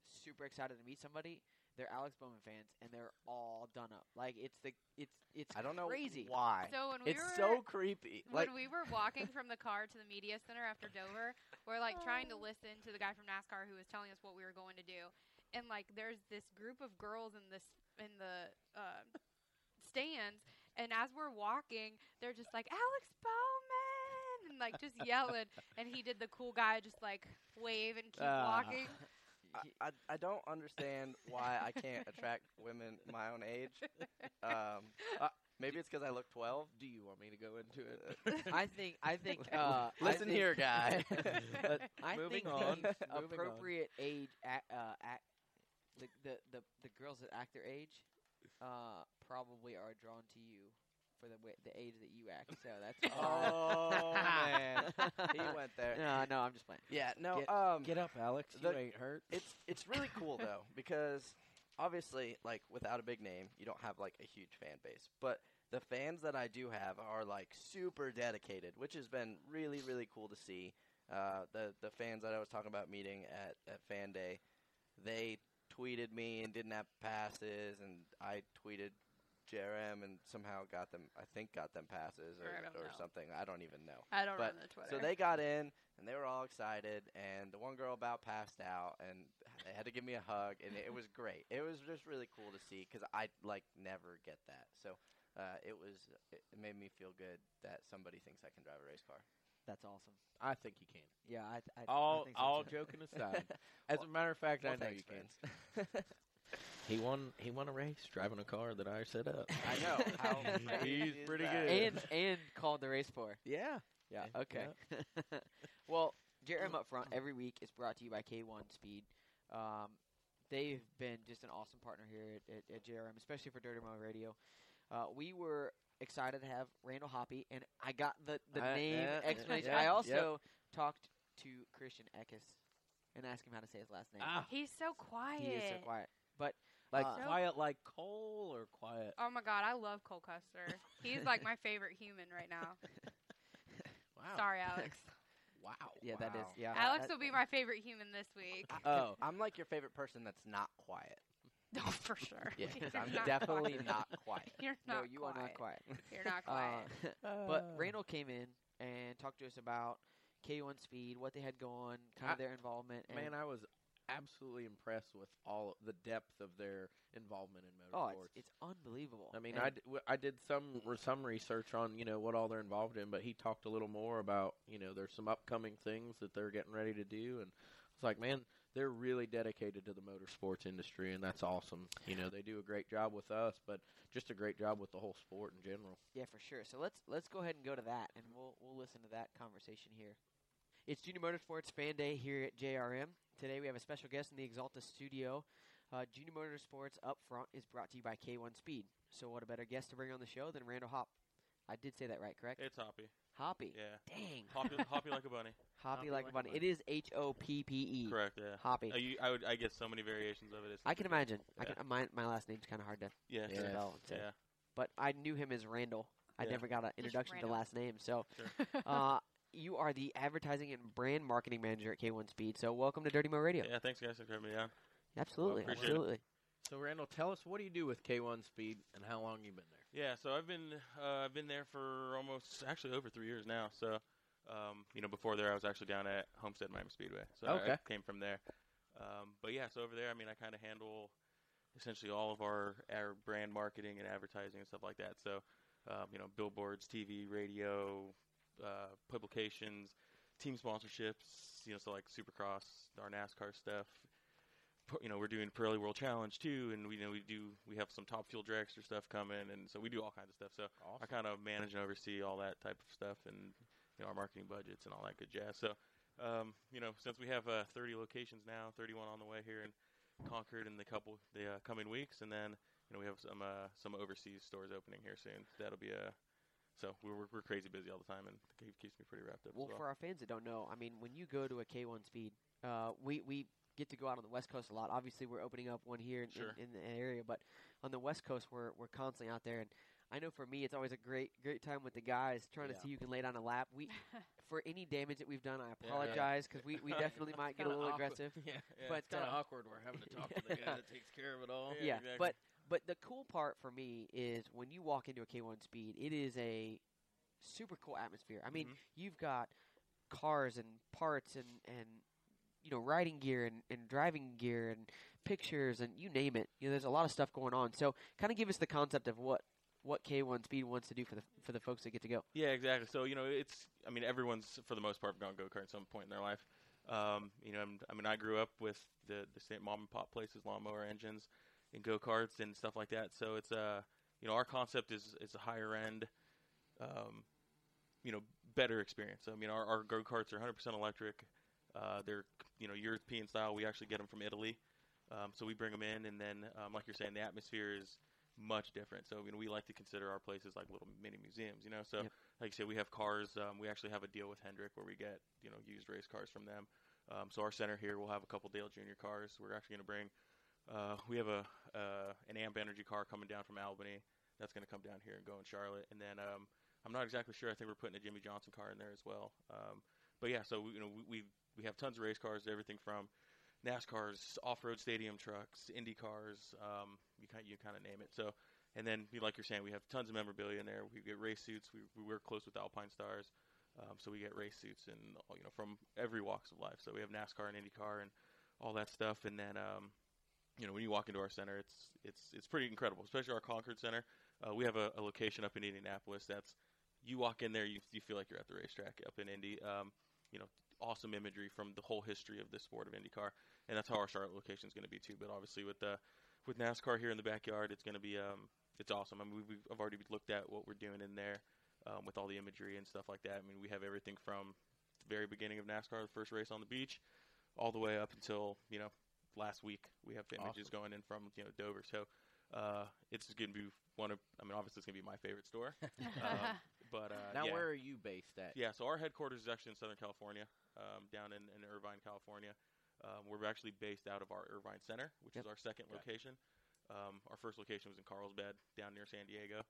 C: super excited to meet somebody, they're Alex Bowman fans, and they're all done up. Like it's the it's it's
E: I don't know
C: crazy.
E: why.
D: So when we
E: it's
D: were
E: so creepy. Like
D: when we were walking from the car to the media center after Dover, we're like trying to listen to the guy from NASCAR who was telling us what we were going to do, and like there's this group of girls in this in the uh, stands, and as we're walking, they're just like Alex Bowman and like just yelling, and he did the cool guy just like wave and keep
B: Ah.
D: walking.
C: He-
E: I, I, I don't understand why I can't attract women my own age. Um, uh, maybe it's because I look 12.
B: Do you want me to go into it?
C: I think I think uh, I
E: Listen
C: think-
E: here, guy.
B: But
C: I
B: moving
C: think
B: on.
C: the
B: moving on.
C: appropriate age, a uh, act, the, the the the girls that act their age, uh, probably are drawn to you for the wa the age that you act. So that's why-
E: oh man,
B: Oh.
E: he went there.
C: no, no, I'm just playing.
E: Yeah, no.
B: Get-
E: um,
B: Get up, Alex. You
E: The-
B: ain't hurt.
E: it's it's really cool though because obviously like without a big name you don't have like a huge fan base but the fans that i do have are like super dedicated which has been really really cool to see uh, the the fans that i was talking about meeting at, at fan day they tweeted me and didn't have passes and i tweeted Jerem and somehow got them i think got them
D: I
E: passes or,
D: don't
E: or
D: know.
E: something i don't even know
D: I don't
E: But-
D: know the Twitter.
E: so they got in and they were all excited, and the one girl about passed out, and they had to give me a hug, and it was great. It was just really cool to see because I like never get that. So uh, it was it it made me feel good that somebody thinks I can drive a race car.
C: That's awesome.
B: I think you can.
C: Yeah, I, I- I
B: All
C: think so,
B: all
C: too.
B: joking aside, as a matter of fact,
E: Well,
B: I know
E: thanks,
B: you
E: friends.
B: can. He won. He won a race driving a car that I set up.
E: I know. How
C: He's
E: crazy is
B: pretty
E: that?
B: good.
C: and and called the race for.
B: Yeah.
C: Yeah.
B: Yeah. uh-huh.
C: Okay. well, Jerem up front every week is brought to you by K1 Speed. Um, they've been just an awesome partner here at, at, at JRM, especially for Dirty Mo Radio. Uh, we were excited to have Randall Hoppy, and I got the, the
B: Uh,
C: name
B: yeah,
C: explanation.
B: yeah,
C: I
B: yep.
C: also talked to Christian Eckes and asked him how to say his last name.
B: Ah,
D: He's so quiet.
C: he is so quiet.
B: like
C: Uh,
B: quiet, like coal, or quiet.
D: Oh my god, I love Cole Custer. He's like my favorite human right now.
B: Wow.
D: Sorry, Alex.
B: Wow.
C: Yeah, that is.
E: Wow.
C: Yeah,
D: Alex
C: Uh, that-
D: will be my favorite human this week.
B: Oh.
E: I'm like your favorite person that's not quiet.
D: No, for sure.
E: Yeah,
D: You're
E: I'm
D: not
E: definitely
D: quiet.
E: not quiet.
D: You're
C: No,
D: not.
C: you
D: quiet.
C: are not quiet.
D: You're not
C: Uh,
D: quiet.
C: But Randall came in and talked to us about K1 Speed, what they had going, kind
B: I-
C: of their involvement. And
B: Man, I was absolutely impressed with all the depth of their involvement in
C: oh,
B: motorsports.
C: it's, it's unbelievable.
B: I mean,
C: And
B: I, d- w- I did some re- some research on you know what all they're involved in, but he talked a little more about you know there's some upcoming things that they're getting ready to do, and it's like man, they're really dedicated to the motorsports industry, and that's awesome. You know, they do a great job with us, but just a great job with the whole sport in general.
C: Yeah, for sure. So let's let's go ahead and go to that, and we'll we'll listen to that conversation here. It's Junior Motorsports Fan Day here at JRM. Today we have a special guest in the Exalta studio. Uh, Junior Motorsports Up Front is brought to you by K1 Speed. So what a better guest to bring on the show than Randall Hop? I did say that right, correct?
F: It's Hoppy.
C: Hoppy.
F: Yeah.
C: Dang.
F: Hoppy, hoppy like a bunny.
C: Hoppy like a bunny. It is H O P P E.
F: Correct. Yeah.
C: Hoppy.
F: Uh, you, I would. I get so many variations of it. It's
C: I can imagine. I
F: Yeah.
C: can, my my last name's kind of hard to
F: Yeah.
B: Yeah.
F: Sure.
C: spell. so-
F: Yeah.
C: But I knew him as Randall. I
F: Yeah.
C: never got an
D: Just
C: introduction to
D: Randall.
C: last name, so.
F: Sure.
C: uh, you are the advertising and brand marketing manager at K1 Speed. So welcome to Dirty Mo Radio.
F: Yeah. Thanks guys for having me on.
C: Absolutely,
F: Well, appreciate it.
C: absolutely.
B: So Randall, tell us what do you do with K1 Speed and how long you been there?
F: Yeah. So I've been uh, I've been there for almost actually over three years now. So, um, you know, before there I was actually down at Homestead Miami Speedway. So I-
B: Okay.
F: I came from there. Um, but yeah, so over there, I mean, I kind of handle essentially all of our our brand marketing and advertising and stuff like that. So, um, you know, billboards, TV, radio, uh, publications, team sponsorships. You know, so like Supercross, our NASCAR stuff. Pu- You know, we're doing Pirelli World Challenge too, and we you know we do we have some Top Fuel Dragster stuff coming, and so we do all kinds of stuff. So I kind of manage and oversee all that type of stuff and you know our marketing budgets and all that good jazz. So, um, you know, since we have uh, 30 locations now, 31 on the way here in Concord in the couple the uh, coming weeks, and then you know we have some uh, some overseas stores opening here soon. That'll be a so we're we're- we're crazy busy all the time, and it keeps me pretty wrapped up.
C: Well,
F: as well.
C: for our fans that don't know, I mean, when you go to a K1 Speed, uh, we we get to go out on the West Coast a lot. Obviously, we're opening up one here in,
F: Sure.
C: in, in the area, but on the West Coast, we're we're constantly out there. And I know for me, it's always a great great time with the guys trying
B: Yeah.
C: to see who can lay down a lap. We for any damage that we've done, I
B: Yeah.
C: apologize because we, we definitely might get a little aggressive.
B: Yeah,
C: but, it's kinda uh,
B: awkward. We're
C: having to talk to the guy that
B: takes care of it all.
F: Yeah,
C: yeah,
F: exactly.
C: but but the cool part for me is when you walk into a K1 Speed, it is a super cool atmosphere. I mean,
F: Mhm.
C: you've got cars and parts and and you know riding gear and, and driving gear and pictures and you name it. You know, there's a lot of stuff going on. So, kind of give us the concept of what what K1 Speed wants to do for the for the folks that get to go.
F: Yeah, exactly. So you know, it's I mean, everyone's for the most part gone go kart at some point in their life. Um, you know, I'm, I mean, I grew up with the the same mom and pop places, lawnmower engines, and go karts and stuff like that. So it's uh, you know, our concept is is a higher end, um, you know, better experience. I mean, our, our go karts are 100% electric. Uh, they're you know European style. We actually get them from Italy, um, so we bring them in, and then um, like you're saying, the atmosphere is much different. So you know, we like to consider our places like little mini museums. You know, so
C: Yep.
F: like you said, we have cars. Um, we actually have a deal with Hendrick where we get you know used race cars from them. Um, so our center here will have a couple Dale Junior cars. We're actually going to bring. Uh, we have a uh, an Amp Energy car coming down from Albany. That's going to come down here and go in Charlotte, and then um, I'm not exactly sure. I think we're putting a Jimmy Johnson car in there as well. Um, but yeah, so we, you know we, we we have tons of race cars, everything from NASCARs, off-road stadium trucks, Indy cars. Um, you kind you kind of name it. So, and then you- like you're saying, we have tons of memorabilia in there. We get race suits. We, we work close with Alpine Stars, um, so we get race suits and all- you know from every walks of life. So we have NASCAR and IndyCar and all that stuff. And then um, you know when you walk into our center, it's it's it's pretty incredible, especially our Concord Center. Uh, we have a, a location up in Indianapolis. That's you walk in there, you you feel like you're at the racetrack up in Indy. Um, you know, awesome imagery from the whole history of the sport of IndyCar and that's how our Charlotte location is going to be too. But obviously, with the with NASCAR here in the backyard, it's going to be um, it's awesome. I mean, we've, I've already looked at what we're doing in there um, with all the imagery and stuff like that. I mean, we have everything from the very beginning of NASCAR, the first race on the beach, all the way up until you know last week. We have images
B: Awesome.
F: going in from you know Dover, so uh, it's going to be one of. I mean, obviously, it's going to be my favorite store. um, but uh,
B: now,
F: yeah.
B: where are you based at?
F: Yeah, so our headquarters is actually in Southern California, um, down in, in Irvine, California. Um, we're actually based out of our Irvine Center, which
C: Yep.
F: is our second
B: Okay.
F: location. Um, our first location was in Carlsbad, down near San Diego.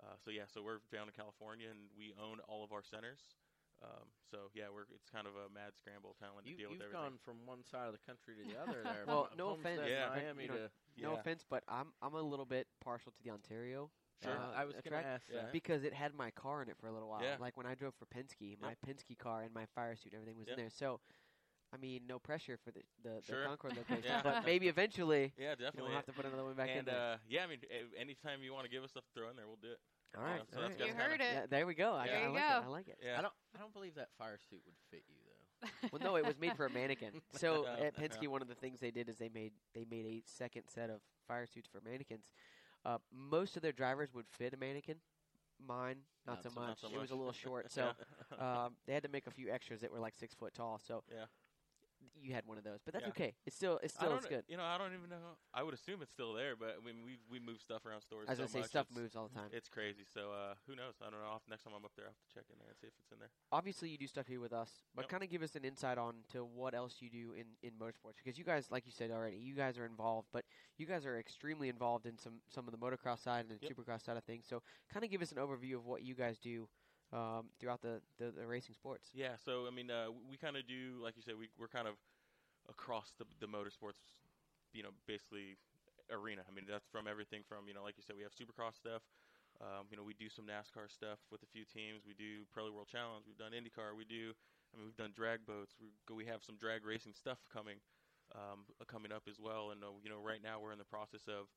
F: Uh, so yeah, so we're down in California, and we own all of our centers. Um, so yeah, we're it's kind of a mad scramble talent
B: You,
F: to deal with
B: have
F: everything.
B: gone from one side of the country to the other there.
C: Well,
B: from
C: no
B: Homestead,
C: offense,
F: Yeah.
C: but,
B: Miami
C: you
B: to
C: know, No offense, but I'm I'm a little bit partial to the Ontario
F: Sure.
C: Uh,
B: I was
C: a
B: going
C: track
B: to ask that.
F: Yeah.
C: because it had my car in it for a little while.
F: Yeah.
C: Like when I drove for Penske, my Penske car and my fire suit, and everything was
F: Yep.
C: in there. So, I mean, no pressure for the the,
F: Sure.
C: the Concord location,
F: Yeah. Oh,
C: but maybe eventually
F: yeah,
C: you know,
F: definitely.
C: we'll have to put another one back in
F: and
C: there.
F: uh, yeah, I mean, a- anytime you want to give us stuff to throw in there, we'll do it.
C: all right,
F: yeah, so
C: all
F: that's
C: right.
F: good.
D: You
F: kinda-
D: heard
C: Yeah,
D: it.
C: there we go. I,
F: There
C: I
D: you
C: like it.
D: go.
C: I like it.
F: Yeah.
B: I don't. I don't believe that fire suit would fit you though.
C: Well, no, it was made for a mannequin. So
F: Yeah.
C: at Penske, one of the things they did is they made they made a second set of fire suits for mannequins. Uh, most of their drivers would fit a mannequin. Mine, not,
B: Not
C: so,
B: so-
C: much.
F: not so
C: It was a
F: much.
C: little short, so um, they had to make a few extras that were like six foot tall. So
F: Yeah.
C: you had one of those, but that's
F: Yeah.
C: okay. It's still it's
F: I
C: still
F: don't
C: it's
F: know-
C: good.
F: You know, I don't even know. I would assume it's still there, but I mean, we we move stuff around stores.
C: I was
F: so
C: gonna say
F: much,
C: stuff
F: it's-
C: moves all the time.
F: It's crazy. So uh, who knows? I don't know. I'll- next time I'm up there, I'll have to check in there and see if it's in there.
C: Obviously, you do stuff here with us, but
F: Yep.
C: kind of give us an insight on to what else you do in in motorsports because you guys, like you said already, you guys are involved, but you guys are extremely involved in some some of the motocross side and the
F: Yep.
C: supercross side of things. So kind of give us an overview of what you guys do um, throughout the, the the racing sports.
F: Yeah. So I mean, uh, w- we kind of do, like you said, we we're kind of across the the motorsports, you know, basically arena. I mean, that's from everything from you know, like you said, we have Supercross stuff. Um, you know, we do some NASCAR stuff with a few teams. We do Pro League World Challenge. We've done IndyCar. We do. I mean, we've done drag boats. We go, we have some drag racing stuff coming, um, uh, coming up as well. And uh, you know, right now we're in the process of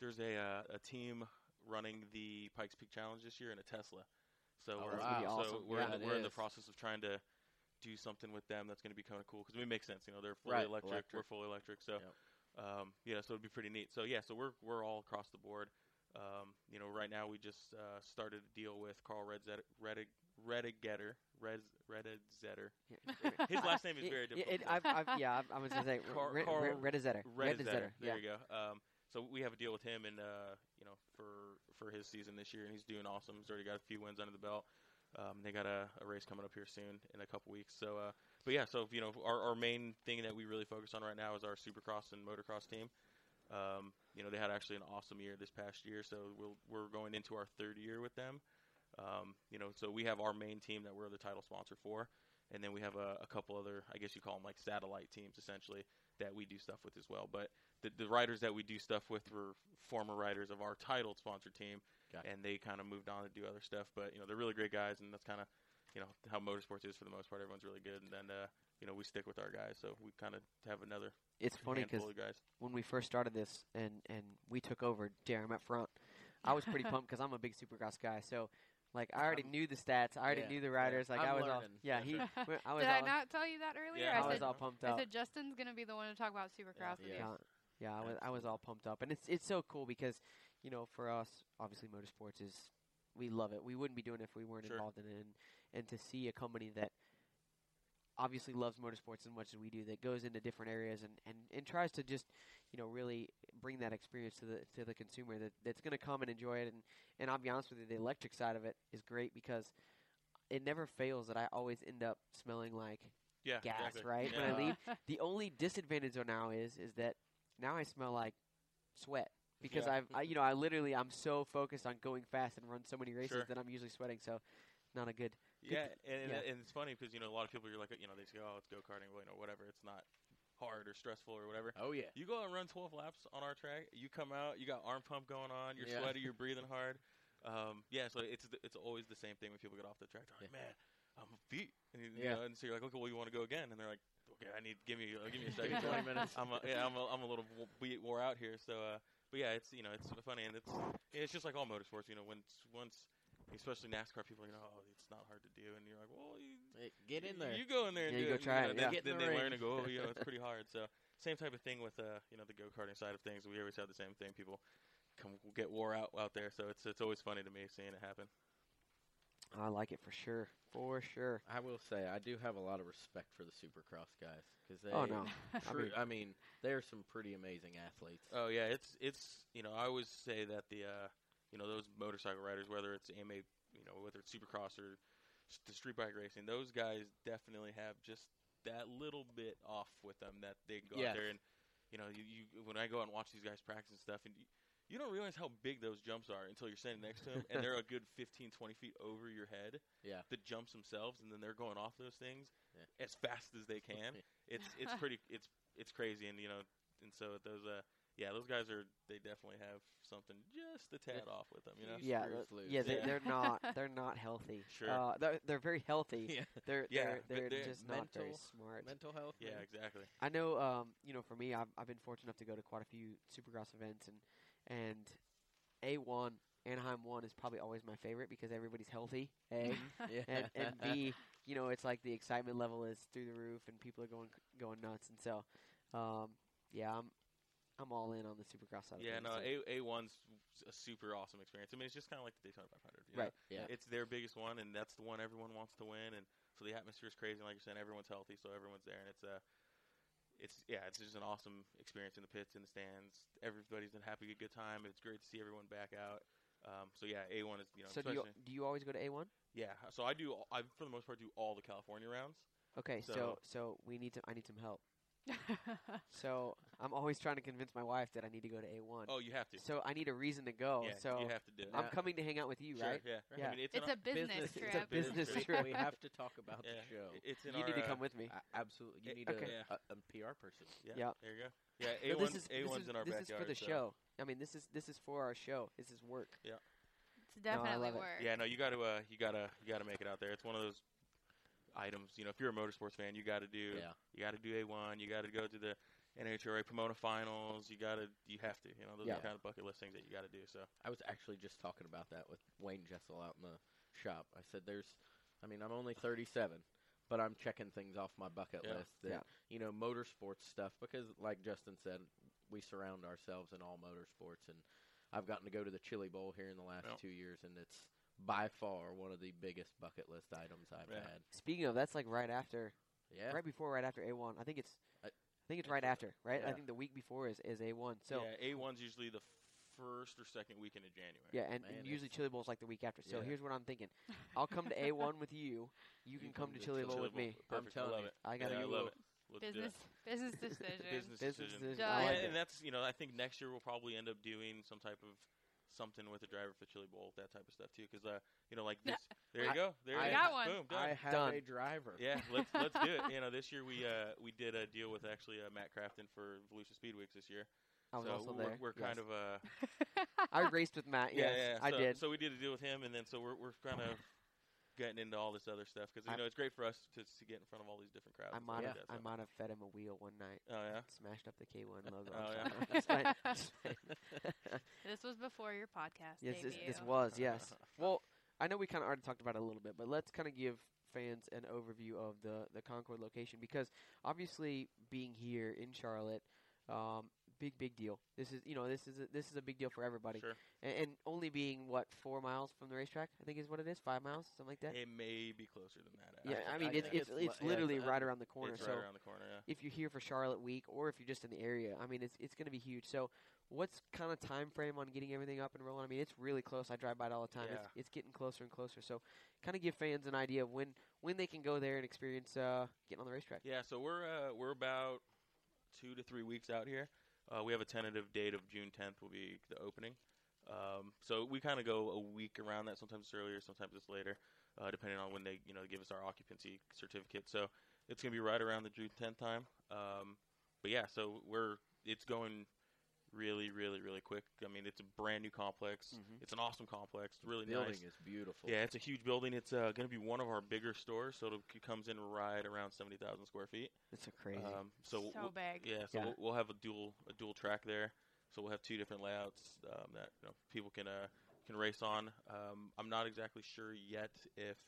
F: there's a uh, a team running the Pikes Peak Challenge this year in a Tesla. So
C: Oh,
F: we're, uh,
C: that's gonna be
F: so
C: awesome.
F: we're,
B: Yeah,
F: in, the,
B: it
F: we're in the
B: is.
F: process of trying to do something with them that's going to be kind of cool because it makes sense. You know, they're fully
B: Right,
F: electric, We're
B: electric.
F: fully electric. So,
B: Yep.
F: um, yeah, so it'd be pretty neat. So yeah, so we're we're all across the board. Um, you know, right now we just uh, started a deal with Carl Redzet- Redig Redigetter. Rez Redigetter.
C: Yeah.
F: His last name is
C: It-
F: very
C: it-
F: difficult.
C: it- I've, I've, yeah, I've- I was gonna say
F: Car-
C: Red
F: Carl
C: Zetter. Red Zetter.
F: Redigetter. There
C: Yeah.
F: you go. Um, so we have a deal with him, and uh, you know, for for his season this year, and he's doing awesome. He's already got a few wins under the belt. Um, they got a, a race coming up here soon in a couple weeks. So, uh, but yeah, so you know, our, our main thing that we really focus on right now is our Supercross and Motocross team. Um, you know, they had actually an awesome year this past year, so we'll, we're going into our third year with them. Um, you know, so we have our main team that we're the title sponsor for, and then we have a, a couple other, I guess you call them like satellite teams, essentially that we do stuff with as well. But the, the riders that we do stuff with were former riders of our title sponsor team,
B: Got it.
F: and they kind of moved on to do other stuff. But you know, they're really great guys, and that's kind of you know how motorsports is for the most part. Everyone's really good, and then uh, you know we stick with our guys, so we kind of have another
C: It's funny because
F: handful of guys.
C: when we first started this and and we took over Jerem up front, I was pretty pumped because I'm a big Supercross guy. So, like, I already
B: I'm-
C: knew the stats. I already
B: yeah,
C: knew the
B: yeah.
C: riders. Like, i
B: I'm
C: was all
B: learning.
C: yeah.
F: Yeah,
C: He,
F: sure.
C: we- I was
D: Did I
C: all,
D: not tell you that earlier?
F: Yeah,
C: I
D: I
C: was
D: said,
C: all pumped
D: I
C: up.
D: said Justin's gonna be the one to talk about Supercross. with
B: Yeah.
D: you."
C: yeah, yeah. I was I was all pumped up, and it's it's so cool because you know for us, obviously, motorsports is we love it. We wouldn't be doing it if we weren't
F: Sure.
C: involved in it, and and to see a company that obviously loves motorsports as much as we do that goes into different areas and, and, and tries to just you know really bring that experience to the to the consumer that, that's going to come and enjoy it and and I'll be honest with you the electric side of it is great because it never fails that I always end up smelling like
F: Yeah,
C: gas
F: exactly.
C: right
F: Yeah.
C: when I leave the only disadvantage though now is is that now I smell like sweat because
F: Yeah.
C: I've I, you know I literally I'm so focused on going fast and run so many races
F: Sure.
C: that I'm usually sweating so not a good
F: Yeah, and, and,
C: yeah.
F: and it's funny because you know a lot of people you're like you know they say oh it's go karting well you know whatever it's not hard or stressful or whatever.
B: Oh yeah.
F: You go and run 12 laps on our track. You come out. You got arm pump going on. You're
B: Yeah.
F: sweaty. You're breathing hard. Um, yeah, so it's th- it's always the same thing when people get off the track. They're like,
B: Yeah.
F: man, I'm beat. And, you- you
B: Yeah.
F: know, and so you're like, okay, well, you want to go again? And they're like, okay, I need give me uh, give me a
B: Give me
F: second.
B: 20 minutes.
F: I'm a, yeah, I'm a, I'm a little w- beat, wore out here. So, uh, but yeah, it's you know it's funny and it's it's just like all motorsports. You know, when once especially NASCAR people, you know, oh, it's not hard to do, and you're like, well, you,
B: Hey, Get in
F: y-
B: there.
F: You go in there and
C: Yeah, you go
F: do it.
C: try it,
F: know, Then,
B: yeah. Get in
F: then
B: the
F: they
B: ring.
F: learn to go. oh, You know, it's pretty hard. So same type of thing with uh, you know the go karting side of things. We always have the same thing. People come get wore out out there. So it's it's always funny to me seeing it happen.
C: I like it for sure for sure
B: I will say I do have a lot of respect for the Supercross guys because they.
C: oh no
B: true- I
C: mean-
B: mean, they're some pretty amazing athletes.
F: Oh yeah, it's it's you know I always say that the uh, you know those motorcycle riders, whether it's AMA, you know whether it's Supercross or s- the street bike racing, those guys definitely have just that little bit off with them that they can go out
B: Yes.
F: there and you know you, you when I go out and watch these guys practice and stuff and. You, you don't realize how big those jumps are until you're standing next to them, and they're a good 15, 20 feet over your head.
B: Yeah.
F: The jumps themselves, and then they're going off those things
B: Yeah.
F: as fast as they can it's it's pretty it's it's crazy and you know and so those uh yeah, those guys are. They definitely have something just a tad off with them. You know.
B: Huge
C: Yeah,
B: screws
C: the-
B: loose.
C: yeah, they,
F: Yeah.
C: they're not they're not healthy.
F: Sure.
C: Uh, they're, they're very healthy.
B: Yeah.
C: They're
F: Yeah,
C: they're,
F: but
C: they're,
F: they're
C: just not very
B: mental-
C: smart.
B: Mental health.
F: Yeah,
B: man.
F: exactly.
C: I know, um, you know, for me, I've, I've been fortunate enough to go to quite a few Supercross events, and and A one Anaheim one is probably always my favorite because everybody's healthy. A
B: Yeah.
C: and, and B, you know, it's like the excitement level is through the roof, and people are going going nuts, and so, um, yeah, I'm I'm all in on the Supercross side. of
F: Yeah,
C: things,
F: no,
C: so-
F: A A one's a super awesome experience. I mean, it's just kind of like the Daytona 500. you know?
C: Right,
B: yeah.
F: It's their biggest one, and that's the one everyone wants to win. And so the atmosphere is crazy. and Like you're saying, everyone's healthy, so everyone's there, and it's uh, it's yeah, it's just an awesome experience in the pits and the stands. Everybody's been happy, a good time. It's great to see everyone back out. Um, so yeah, A one is you know.
C: so do you
F: especially-
C: do you always go to A one?
F: yeah, so I do. all- I for the most part do all the California rounds.
C: Okay, so, so
F: So-
C: we need to I need some help. So I'm always trying to convince my wife that I need to go to A one.
F: Oh, you have to.
C: So I need a reason to go.
F: yeah,
C: so
F: you have to do it.
C: I'm
B: Yeah.
C: coming to hang out with you,
F: Sure,
C: right?
F: Yeah.
C: Yeah.
F: I mean, it's,
D: it's
F: in
D: a business
B: It's a
D: trip.
C: business
B: we-
C: trip.
B: we have to talk about
F: Yeah.
B: the show.
F: our, it's in
C: you
F: our,
C: need to
F: uh,
C: come with me.
B: I, absolutely. You
F: it-
B: need
C: Eh, okay.
B: a, a, a PR person.
F: Yeah,
C: Yeah.
F: There you go. Yeah,
C: No,
F: A
C: this
F: one's
C: is
F: A
C: this
F: one's
C: is-
F: in our
C: this
F: backyard.
C: is for the
F: so-
C: show. I mean, this is this is for our show. This is work.
D: It's
C: No, I
D: definitely
C: love it.
D: work.
F: Yeah, no, you got to uh, you got to you got to make it out there. It's one of those items. You know, if you're a motorsports fan, you got to do
B: Yeah.
F: you got to do A1. You got to go to the NHRA Pomona Finals. You got to you have to. You know, those are
C: Yeah.
F: the kind of bucket list things that you got to do. So
B: I was actually just talking about that with Wayne Jessel out in the shop. I said, "There's, I mean, I'm only 37, but I'm checking things off my bucket
F: Yeah.
B: list. That
C: Yeah.
B: you know, motorsports stuff because, like Justin said, we surround ourselves in all motorsports, and I've gotten to go to the Chili Bowl here in the last
F: Yeah.
B: two years, and it's by far one of the biggest bucket list items I've
F: Yeah.
B: had.
C: Speaking of, that's like right after,
B: Yeah,
C: right before, right after A one. I think it's, I,
B: I-
C: think it's
B: it's
C: right
B: a-
C: after, right? I
B: yeah.
C: think the week before is is A one. So
F: yeah, A1's usually the first or second weekend of January.
C: yeah, and,
B: Man,
C: and
B: it's-
C: usually Chili Bowl's like the week after. So
B: Yeah.
C: here's what I'm thinking: I'll come to A one with you. You can come to Chili Bowl
F: Chili
C: with
F: Bowl,
C: me.
F: Perfect.
B: I'm telling
F: I love
B: you.
F: it.
C: I
F: Yeah,
C: gotta
F: I
C: go.
F: love it. Let's do it.
D: Business business decision.
F: Business,
C: Business
F: decision.
C: decision.
D: Duh.
C: I
F: Yeah,
C: like
D: Yeah.
C: it.
F: and that's you know I think next year we'll probably end up doing some type of something with the driver for Chili Bowl that type of stuff too because uh you know like this there you
C: I-
F: go there
C: I
F: it is.
D: got one.
F: boom done.
B: I have
C: Done.
B: a driver.
F: yeah let's let's do it you know this year we uh we did a deal with actually uh, Matt Crafton for Volusia Speed Weeks this year
C: I was
F: so
C: also
F: we're,
C: there.
F: we're
C: yes.
F: kind of uh
C: I raced with Matt. Yes,
F: yeah, yeah.
C: I
F: so,
C: did.
F: so we did a deal with him and then so we're we're kind of getting into all this other stuff because you
C: I-
F: know it's great for us to, to get in front of all these different crowds
C: I
F: and stuff
C: might have
F: like that,
C: I
F: so.
C: might have fed him a wheel one night.
F: oh yeah
C: Smashed up the K one logo.
F: Oh,
C: I'm
F: yeah.
C: sorry. Just playing, just playing.
D: This was before your podcast
C: yes, this,
D: debut.
C: this was yes. Well, I know we kind of already talked about it a little bit, but let's kind of give fans an overview of the the Concord location because obviously being here in Charlotte, um, big big deal. This is you know this is a, this is a big deal for everybody,
F: sure
C: A- and, only being what four miles from the racetrack, I think is what it is, five miles, something like that.
F: it may be closer than that
C: yeah,
F: actually.
C: I mean
B: I
C: it's
B: think
C: it's,
B: it's li-
C: it's
B: yeah,
C: literally
B: it's-
C: right around the corner.
F: it's
C: so
F: right around the corner yeah
C: if you're here for Charlotte Week or if you're just in the area. I mean, it's it's going to be huge. So, what's kind of time frame on getting everything up and rolling? I mean, it's really close. I drive by it all the time. It's, it's getting closer and closer. So, kind of give fans an idea of when when they can go there and experience uh, getting on the racetrack.
F: Yeah, so we're uh, we're about two to three weeks out here. Uh, we have a tentative date of June 10th will be the opening. Um, so we kind of go a week around that. Sometimes it's earlier, sometimes it's later, uh, depending on when they you know give us our occupancy certificate. So it's gonna be right around the June 10th time. Um, but yeah, so we're it's going really, really, really quick. I mean, it's a brand new complex.
C: Mhm.
F: It's an awesome complex. It's really
B: Mm-hmm. building
F: nice.
B: is beautiful.
F: Yeah, it's a huge building. It's uh, going to be one of our bigger stores, so it'll- it comes in right around seventy thousand square feet.
C: That's so crazy.
F: Um, so
D: so
F: we'll-
D: big.
F: yeah, so
C: Yeah.
F: We'll, we'll have a dual a dual track there. So we'll have two different layouts um, that you know, people can uh, can race on. Um, I'm not exactly sure yet if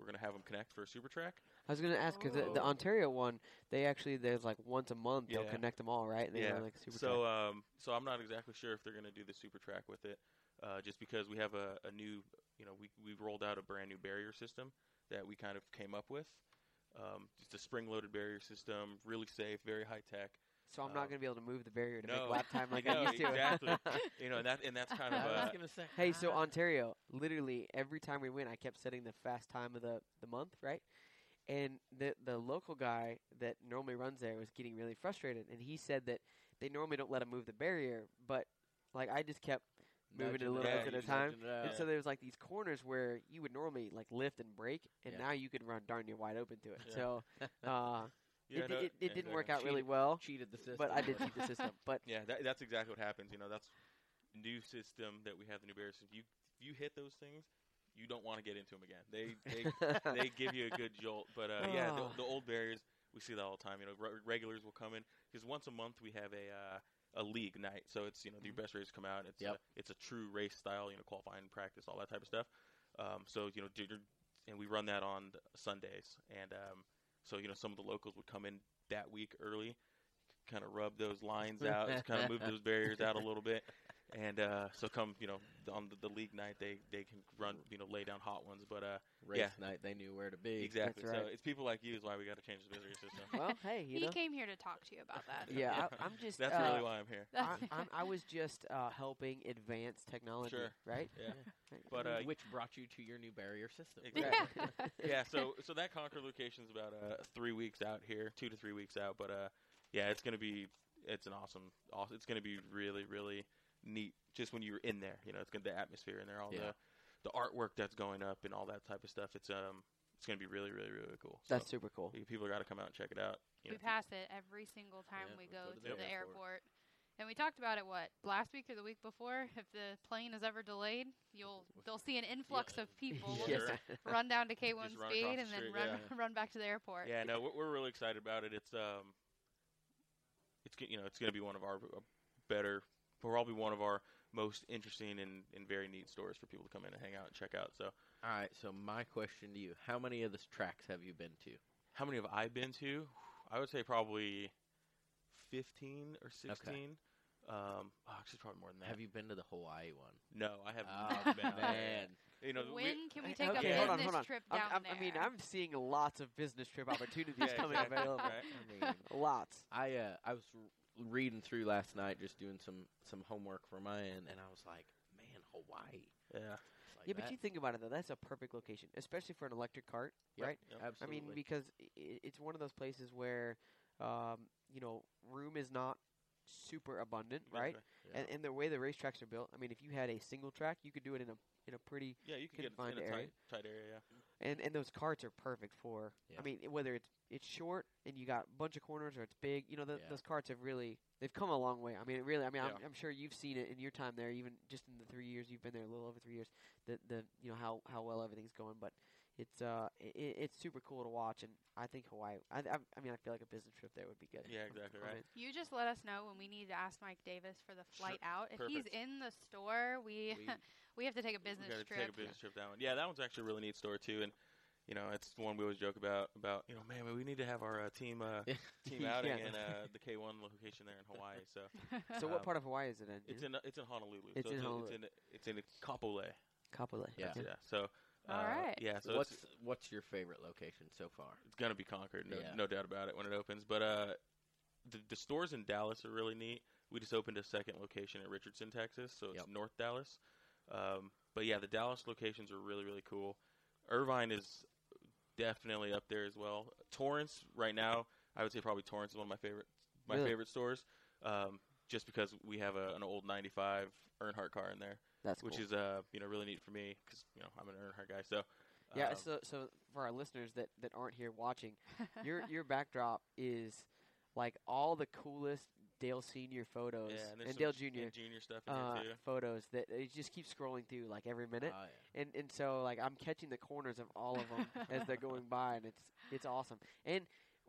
F: we're going to have them connect for a super track.
C: I was going to ask because the, the
D: Oh.
C: Ontario one, they actually there's like once a month they'll
F: Yeah.
C: connect them all, right? They
F: Yeah.
C: have, like super
F: so um, so I'm not exactly sure if they're going to do the super track with it, uh, just because we have a, a new you know we we rolled out a brand new barrier system that we kind of came up with. Um, just a spring-loaded barrier system, really safe, very high tech.
C: so I'm not
F: um,
C: going to be able to move the barrier to
F: no.
C: make lap time like I
F: No,
C: used to.
F: exactly. You know, and that and that's kind of
B: I
F: uh,
B: was gonna say.
C: Hey, so Ontario, literally every time we went, I kept setting the fast time of the, the month, right? And the the local guy that normally runs there was getting really frustrated, and he said that they normally don't let him move the barrier, but like I just kept, moving it a
B: Nudging
C: little
B: out,
F: bit at a
B: nudging
C: time.
B: it out.
C: and so there was like these corners where you would normally like lift and brake, and
B: Yeah.
C: now you could run darn near wide open to it.
F: Yeah.
C: So, uh,
F: Yeah,
C: it,
F: no,
C: did- it, it
F: yeah,
C: didn't work out
F: exactly.
C: really well,
B: Cheated the system.
C: but I did cheat the system. But
F: Yeah, that, that's exactly what happens. You know, that's the new system that we have. The new barriers. If you if you hit those things, you don't want to get into them again. They they they give you a good jolt. But uh, yeah,
C: Oh.
F: the, the old barriers we see that all the time. You know, re- regulars will come in because once a month we have a uh, a league night. So it's you know your best races come out. It's
B: Yep.
F: a, it's a true race style. You know, qualifying, practice, all that type of stuff. Um, so you know, d- d- and we run that on th- Sundays. And um, so you know, some of the locals would come in that week early, kind of rub those lines out, kind of move those barriers out a little bit. And uh, so come, you know, on the, the league night, they, they can run, you know, lay down hot ones. But uh,
B: Race
F: Yeah.
B: night, they knew where to be.
F: Exactly.
C: That's
F: So
C: right.
F: it's people like you is why we got to change the misery system.
C: well, hey, you
D: he
C: know,
D: came here to talk to you about that.
C: yeah,
F: Yeah.
C: I, I'm just.
F: That's
C: uh,
F: really why I'm here.
C: I, I'm, I was just uh, helping advance technology,
F: Sure.
C: right?
F: Yeah.
C: Right.
F: But uh,
B: Which brought you to your new barrier system.
F: Exactly. yeah, so so that Concord location's about uh, three weeks out here, two to three weeks out. But uh, yeah, it's gonna be it's an awesome, awesome. It's gonna be really really neat. Just when you're in there, you know, it's gonna the atmosphere in there, all
B: Yeah.
F: the the artwork that's going up and all that type of stuff. It's um it's gonna be really really really cool. So
C: That's super cool.
F: you- people got to come out and check it out. You
D: we
F: know,
D: pass it every single time
B: Yeah,
D: we
B: we
D: go
B: go to the
D: through the
B: airport.
D: airport. And we talked about it what last week or the week before. If the plane is ever delayed, you'll they'll see an influx of people
F: Sure.
C: yes.
D: run down to K1
F: run
D: speed
F: across the
D: and then
F: street,
D: run
F: yeah.
D: run back to the airport.
F: Yeah, no, we're, we're really excited about it. It's um, it's g- you know it's going to be one of our uh, better, probably one of our most interesting and, and very neat stores for people to come in and hang out and check out. So,
B: All right, so my question to you How many of the tracks have you been to?
F: how many have I been to? I would say probably fifteen or sixteen. Um, oh, actually, probably more than that.
B: Have you been to the Hawaii one?
F: No, I
C: Uh,
F: have
B: Oh,
F: not been. out there.
B: man.
F: You know, we-
D: when can we take
C: okay,
F: hold
D: a
F: on,
D: business
C: hold on.
D: trip
C: I'm,
D: down
C: I'm,
D: there?
C: I mean, I'm seeing lots of business trip opportunities
F: Yeah,
C: coming
F: exactly,
C: available.
F: right?
B: I mean,
C: Lots.
B: I uh, I was r- reading through last night, just doing some some homework for my end, and I was like, man, Hawaii.
F: Yeah,
B: It's like
C: yeah, but
B: that-
C: you think about it though, that's a perfect location, especially for an electric cart,
B: Yep,
C: right?
F: yep.
B: absolutely.
C: I mean, because i- i- it's one of those places where, um, you know, room is not super abundant, right?
B: Yeah.
C: And, and the way the racetracks are built, I mean, if you had a single track, you could do it in a in a pretty
F: Yeah, you can get
C: Confined
F: in a
C: area.
F: tight, tight area. Yeah.
C: and and those carts are perfect for.
B: Yeah.
C: I mean, i- whether it's it's short and you got a bunch of corners or it's big, you know, th
B: Yeah.
C: those carts have really they've come a long way. I mean, it really. I mean, I'm,
F: Yeah.
C: I'm sure you've seen it in your time there, even just in the three years you've been there, a little over three years. The the you know how how well everything's going, but it's uh i i- it's super cool to watch, and I think Hawaii. I I, I mean, I feel like a business trip there would be good.
F: Yeah,
C: I'm-
F: exactly,
C: I'm
F: right.
C: in.
D: you just let us know when we need to ask Mike Davis for the
F: Sure,
D: flight out. If he's
F: perfect.
D: in the store,
B: We-
D: we we have to take a
F: We
D: business
F: gotta
D: trip.
F: Take a business trip that one. Yeah, that one's actually a really neat store too, and you know it's the one we always joke about. About you know, man, we need to have our uh, team uh, team outing
C: Yeah.
F: in uh, the K one location there in Hawaii. So
C: So, what
F: Um,
C: part of Hawaii is it in?
F: it's in it's in Honolulu.
C: It's
F: so
C: in
F: a-
C: Honolulu.
F: It's in it's in Kapolei.
C: Kapolei.
B: Yeah.
F: Yeah. So. Uh,
D: All right.
F: Yeah. So
B: what's
F: it's,
B: what's your favorite location so far?
F: it's gonna be Concord, no,
B: Yeah.
F: no doubt about it when it opens. But uh, the the stores in Dallas are really neat. We just opened a second location at Richardson, Texas, so it's
B: Yep.
F: North Dallas. Um, but yeah, the Dallas locations are really really cool. Irvine is definitely up there as well. Torrance right now, I would say probably Torrance is one of my favorite my
C: Really?
F: favorite stores, um, just because we have a, an old '95 Earnhardt car in there,
C: That's
F: which
C: cool.
F: is uh you know really neat for me because you know I'm an Earnhardt guy. So
C: Yeah,
F: um,
C: so so for our listeners that, that aren't here watching, your your backdrop is like all the coolest Dale Senior photos
F: yeah, and, there's some
C: Dale
F: j- and
C: Junior
F: Junior stuff in
C: uh,
F: there too.
C: photos that it just keeps scrolling through like every minute,
B: Oh, yeah.
C: and and so like I'm catching the corners of all of them as they're going by, and it's it's awesome. And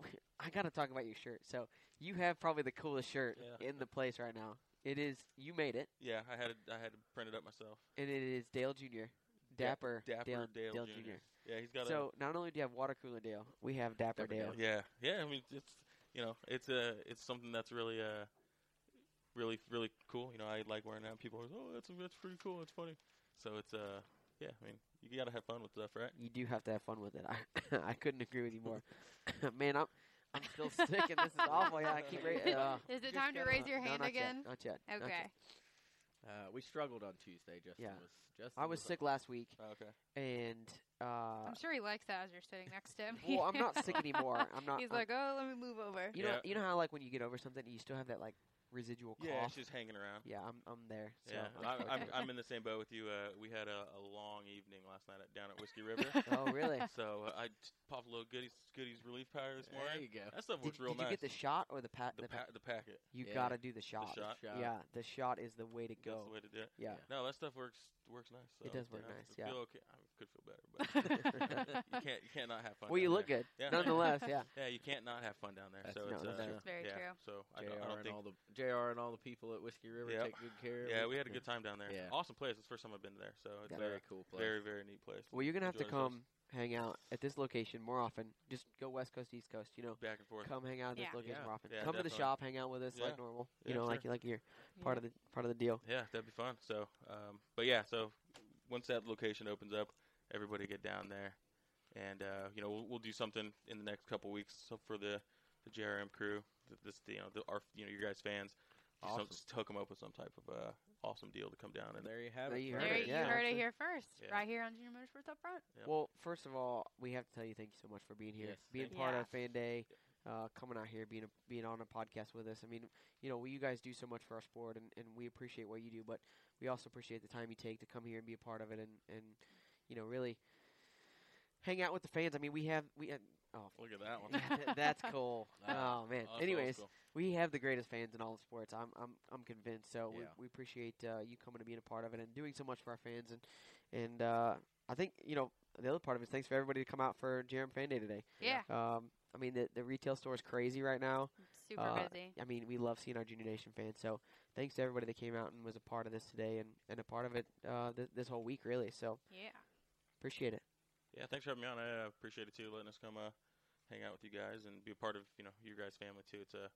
C: I gotta talk about your shirt. So you have probably the coolest shirt
F: Yeah.
C: in the place right now. It is you made it,
F: Yeah, I had it, I had to print it up myself.
C: and it is Dale Junior. Dapper,
F: Dapper
C: Dale,
F: Dale, Jr. Yeah, he's got
C: So not only do you have water cooler Dale, we have Dapper,
B: Dapper
C: Dale.
F: a yeah, yeah. I mean, it's you know, it's uh, it's something that's really uh, really really cool. You know, I like wearing that. People are oh, that's that's pretty cool. It's funny. So it's uh, yeah. I mean, you gotta have fun with stuff, right?
C: You do have to have fun with it. I, I couldn't agree with you more. Man, I'm I'm still sick and this is awful. Yeah, I keep ra- uh,
D: Is
B: Just
D: it time to
B: gotta-
D: raise your
C: no,
D: hand
C: not
D: again?
C: Yet, not yet. not yet.
D: Okay.
B: Uh, we struggled on Tuesday. Justin
C: Yeah.
B: was Justin
C: I was sick last week,
F: okay.
C: and uh,
D: I'm sure he likes that as you're sitting next to him.
C: well, I'm not sick anymore. I'm not.
D: He's
C: I'm-
D: like, oh, let me move over.
C: you know,
F: Yeah.
C: you know how like when you get over something, you still have that like residual cough.
F: Yeah, it's just hanging around.
C: Yeah, I'm I'm there. So
F: Yeah,
C: I'm
F: I'm, I'm,
C: okay.
F: I'm in the same boat with you. Uh, we had a, a long evening last night at, down at Whiskey River.
C: oh really?
F: so uh, I t- popped a little goodies, goodies relief powder this
E: There
F: morning.
E: you go.
F: That stuff
C: Did,
F: works real
C: did you
F: nice.
C: get the shot or the pat?
F: the, pa- the packet.
C: you
E: Yeah.
C: gotta do the shot.
F: shot.
B: Shot.
C: Yeah, the shot is the way to
F: That's
C: go.
F: the way to do it.
C: yeah.
F: No, that stuff works works nice. So,
C: It does work
F: you know,
C: nice,
F: I
C: yeah.
F: Feel okay. I could feel better, but you can't you can't not have fun.
C: Well, you
F: down
C: look
F: there.
C: good,
F: Yeah.
C: nonetheless. Yeah.
F: Yeah, you can't not have fun down there.
E: That's-
F: so
C: no,
F: it's,
C: that's
F: uh,
C: true.
D: That's very
F: yeah,
D: true.
F: So
E: JR,
F: I don't, I don't
E: and
F: think.
E: all the, JR and all the people at Whiskey River
F: Yep.
E: take good care of
F: Yeah,
E: it.
F: we had a good time down there.
E: Yeah.
F: Awesome place. It's the first time I've been there, so it's
C: Yeah.
F: uh,
E: Very cool place.
F: very very neat place.
C: Well, you're gonna have to
F: Enjoy
C: come
F: yourselves.
C: hang out at this location more often. Just go West Coast, East Coast. You know,
F: Back and forth.
C: come hang out at this
D: Yeah.
C: location
E: Yeah.
C: more often.
F: Yeah,
C: come to the
F: definitely.
C: shop, hang out with us
F: Yeah.
C: like normal. You
F: Yeah,
C: know,
F: sure.
C: like like you're part of the part of the deal.
F: Yeah, that'd be fun. So, um, but yeah, so once that location opens up, everybody get down there, and uh, you know we'll, we'll do something in the next couple weeks so for the the JRM crew, th- this you know the our you know your guys fans, do some-
E: Awesome.
F: just hook them up with some type of uh, awesome deal to come down and
B: There you have
C: There
B: it.
C: you
B: folks.
C: heard
D: There,
C: it, yeah.
D: you heard it here first,
F: Yeah.
D: right here on Junior Motorsports Up Front.
F: Yep.
C: Well, first of all, we have to tell you thank you so much for being here,
E: Yes,
C: being
D: thank
C: part
D: you.
C: of Fan Day, uh, coming out here, being a, being on a podcast with us. I mean, you know, we, you guys do so much for our sport, and, and we appreciate what you do, but we also appreciate the time you take to come here and be a part of it, and and you know, really hang out with the fans. I mean, we have we had, oh.
F: look at that
C: yeah, th- that's cool.
E: Ah,
C: oh man. Anyways, we have the greatest fans in all of sports. I'm I'm I'm convinced. So
E: Yeah.
C: we, we appreciate uh, you coming and being a part of it and doing so much for our fans and and uh, I think you know the other part of it is thanks for everybody to come out for Jerem Fan Day today.
D: Yeah,
C: Um, I mean the the retail store is crazy right now.
D: super
C: Uh,
D: busy.
C: I mean we love seeing our Junior Nation fans. So thanks to everybody that came out and was a part of this today and, and a part of it uh, th- this whole week really. So
D: Yeah.
C: appreciate it.
F: Yeah, thanks for having me on. I uh, appreciate it too, letting us come uh, hang out with you guys and be a part of you know your guys' family too. It's uh,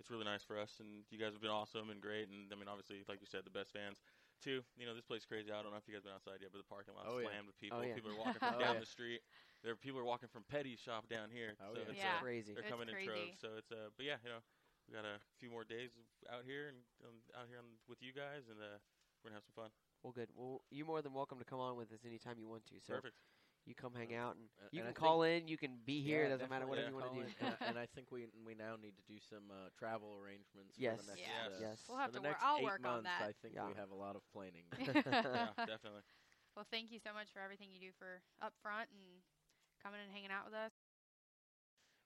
F: it's really nice for us, and you guys have been awesome and great. And I mean, obviously, like you said, the best fans too. You know, this place is crazy. I don't know if you guys been outside yet, but the parking lot's
E: Oh, yeah.
F: slammed with people.
C: yeah.
F: People are walking from
E: Oh, yeah.
F: down the street. There are people are walking from Petty's shop down here.
E: Oh,
F: so
E: yeah.
F: it's,
D: Yeah.
F: Uh,
C: Crazy.
F: they're
D: It's
F: coming in
D: crazy.
F: troves. So it's uh, but yeah, you know, we got a few more days out here and um, out here on, with you guys, and uh, we're gonna have some fun.
C: Well good. Well you're more than welcome to come on with us anytime you want to. So
F: Perfect.
C: you come hang
F: Perfect.
C: out and
E: And-
C: You
E: Uh, and I
C: can
E: think-
C: call in. You can be here.
E: Yeah,
C: it doesn't matter
E: definitely
C: whatever you want
E: call
C: to do.
E: in. and, I- and I think we we now need to do some uh, travel arrangements.
C: Yes.
E: For the next,
D: Yes.
E: Uh,
C: Yes.
D: We'll have
E: for the
D: to wor-
E: next
D: I'll
E: eight
D: work on
E: months,
D: that.
E: I think
C: Yeah.
E: we have a lot of planning.
F: yeah, definitely.
D: well, thank you so much for everything you do for up front and coming and hanging out with us.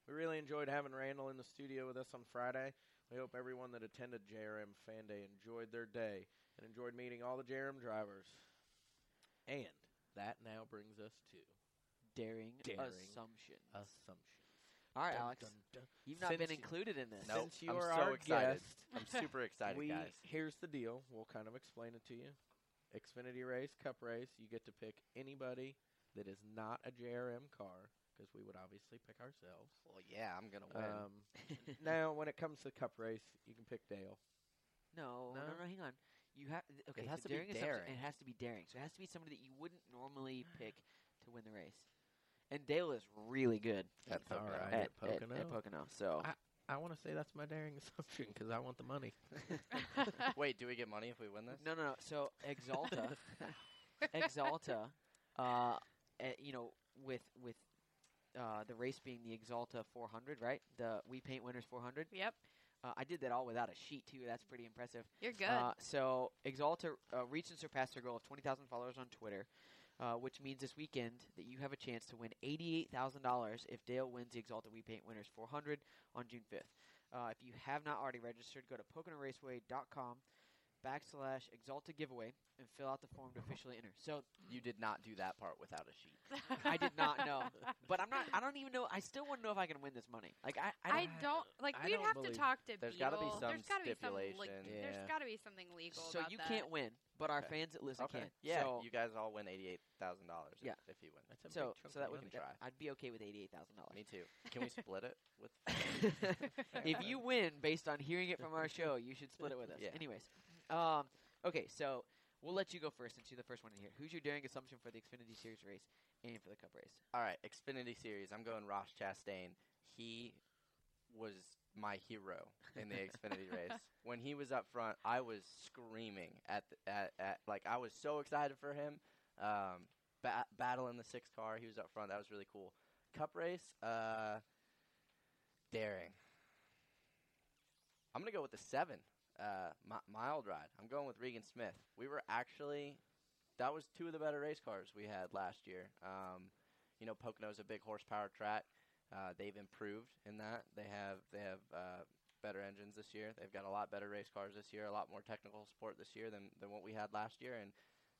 B: We really enjoyed having Randall in the studio with us on Friday. We hope everyone that attended JRM Fan Day enjoyed their day and enjoyed meeting all the JRM drivers.
E: and that now brings us to
C: Daring,
E: Daring
C: assumption.
B: Uh,
E: assumption.
C: All right, Alex. You've not been
E: Since you-
C: included in this.
E: Nope.
B: Since you
E: I'm
B: are
E: so
B: our
E: excited.
B: guest,
E: I'm super excited,
B: we
E: guys.
B: here's the deal. We'll kind of explain it to you. Xfinity race, Cup race, you get to pick anybody that is not a JRM car because we would obviously pick ourselves.
E: Well, yeah, I'm gonna win.
B: Um, now, when it comes to Cup race, you can pick Dale.
C: no, no, no,
E: No?
C: Hang on. You have okay.
E: has
C: so
E: to be
C: daring assumption-
E: daring.
C: It has to be daring. So it has to be somebody that you wouldn't normally pick to win the race. And Dale is really good
E: That's
B: all
E: okay.
B: right.
C: at,
B: at
C: at,
B: Pocono.
C: at Pocono. So
B: I want to say that's my daring assumption because I want the money.
E: Wait, do we get money if we win this?
C: no, no, no. So Exalta, Exalta, uh, eh, you know, with with uh, the race being the Exalta 400, right? The We Paint Winners 400.
D: yep,
C: Uh, I did that all without a sheet too. That's pretty impressive.
D: you're good.
C: Uh, so Exalta uh, reached and surpassed their goal of twenty thousand followers on Twitter, uh, which means this weekend that you have a chance to win eighty-eight thousand dollars if Dale wins the Exalta We Paint Winners four hundred on June fifth. Uh, if you have not already registered, go to PoconoRaceway.com backslash Exalta giveaway and fill out the form to officially enter. So,
E: You did not do that part without a sheet.
C: I did not know. but I'm not. I don't even know. I still want to know if I can win this money. Like I, I,
D: I don't like.
E: I
D: We'd
E: don't
D: have to
E: believe-
D: talk to
E: there's
D: got
E: gotta
D: to
E: be some
D: there's gotta be some leg-
E: stipulation.
D: There's
E: Yeah.
D: got to be something legal.
C: So
D: about
C: you
D: that.
C: can't win, but our
E: Okay.
C: fans at Listen
E: Okay.
C: can.
E: Yeah,
C: So
E: you guys all win eighty-eight thousand dollars.
C: Yeah.
E: if you win.
B: That's a
C: so,
B: big chunk
C: so that
B: of
C: would
B: money.
C: be, that, I'd be okay with eighty-eight thousand dollars.
E: Me too. Can we split it with?
C: if you win based on hearing it from our show, you should split it with us.
E: Yeah.
C: Anyways, um, okay, so we'll let you go first since you're the first one in here. Who's your daring assumption for the Xfinity Series race and for the Cup race?
E: All right, Xfinity Series. I'm going Ross Chastain. He was my hero in the Xfinity race. When he was up front, I was screaming at, the, at, at like I was so excited for him. Um, ba- battling the sixth car, he was up front. That was really cool. Cup race, uh, daring. I'm gonna go with the seven, uh, mi- mild ride. I'm going with Regan Smith. We were actually that was two of the better race cars we had last year. Um, you know, Pocono's a big horsepower track. Uh, they've improved in that. They have they have uh, better engines this year. They've got a lot better race cars this year. A lot more technical support this year than than what we had last year. And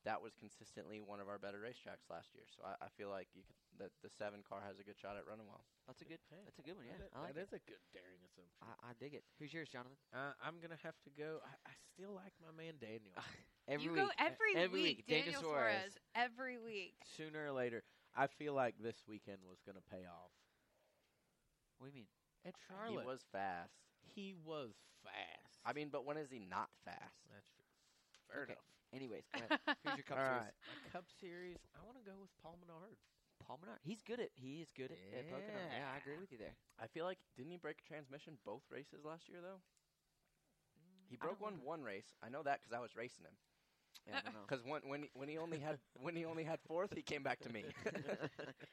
E: that was consistently one of our better racetracks last year. So I, I feel like you could, that the seven car has a good shot at running well.
C: That's a good.
B: Hey,
C: That's a good one. Yeah,
B: that is-
C: I like
B: that
C: it.
B: is a good daring assumption.
C: I, I dig it. Who's yours, Jonathan?
B: Uh, I'm gonna have to go. I, I still like my man Daniel.
C: Every
D: you
C: week.
D: go every,
C: every week,
D: Daniel
C: Daniel
D: Suarez.
C: Suarez.
D: Every week.
B: Sooner or later, I feel like this weekend was gonna pay off.
C: What do you mean?
B: At
E: He
B: Charlotte,
E: was fast.
B: he was fast.
E: I mean, but when is he not fast?
B: that's true. Fair
C: Okay.
B: enough.
C: Anyways, go ahead. Who's your cup
B: All
C: series?
B: right, my Cup Series. I want to go with Paul Menard.
C: Paul Menard. He's good at. He is good at, at Pokemon. Yeah, I agree
B: Yeah.
C: with you there.
E: I feel like didn't he break a transmission both races last year though? He
C: Mm, I don't
E: broke one
C: remember.
E: one race. I know that because I was racing him.
C: Yeah, I don't know.
E: Because when when he- when he only had when he only had fourth, he came back to me.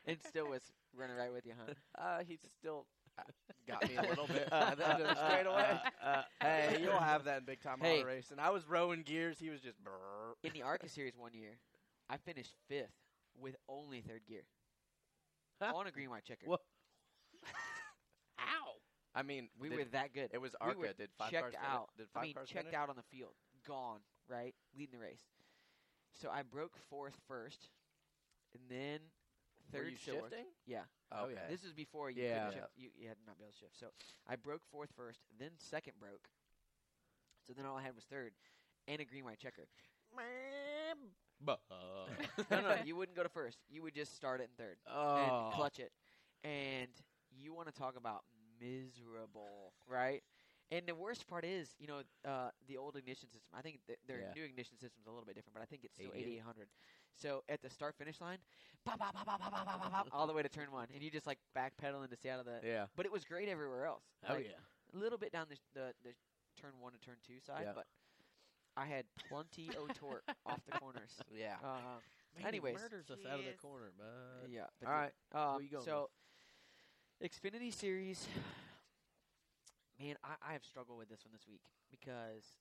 C: and still was running right with you, huh?
E: uh, he still uh, got me a little bit uh, the end of the straightaway. hey, you'll have that in big time
C: Hey.
E: auto racing. I was rowing gears. He was just. brrr.
C: In the Arca series one year, I finished fifth with only third gear
B: Huh?
C: on a green white checker.
B: Wha-
E: I mean,
C: we
E: did-
C: were that good.
E: It was
C: we
E: Arca.
C: were
E: did five
C: checked
E: cars finish-
C: out.
E: Did five
C: I mean,
E: cars
C: checked
E: finish?
C: out on the field, gone, right, leading the race. So I broke fourth first, and then
E: Were
C: third
E: you
C: short. Oh,
E: shifting? Oh,
C: Yeah.
E: Okay.
B: yeah.
C: This was before you
B: Yeah.
C: couldn't shift. You, you had to not be able to shift. So I broke fourth first, then second broke. So then all I had was third and a green white checker. no, no, you wouldn't go to first. You would just start it in third
B: oh,
C: and clutch it. And you want to talk about miserable, right? And the worst part is, you know, uh, the old ignition system. I think th- their
B: Yeah.
C: new ignition system's a little bit different, but I think it's still
B: 88.
C: 8800. So at the start finish line, bop, bop, bop, bop, bop, bop, bop, bop, bop, all the way to turn one, and you just like backpedaling to stay out of the.
B: yeah.
C: But it was great everywhere else.
B: Oh
C: Like,
B: yeah.
C: a little bit down the, sh- the the turn one to turn two side,
B: Yeah.
C: but I had plenty of torque off the corners.
E: Yeah.
C: Uh,
B: Man, he
C: Anyways.
B: murders us out of the
D: Jeez.
B: corner, bud.
C: yeah. but
B: All right.
C: Um,
B: you going
C: so, Xfinity Series, man, I, I have struggled with this one this week because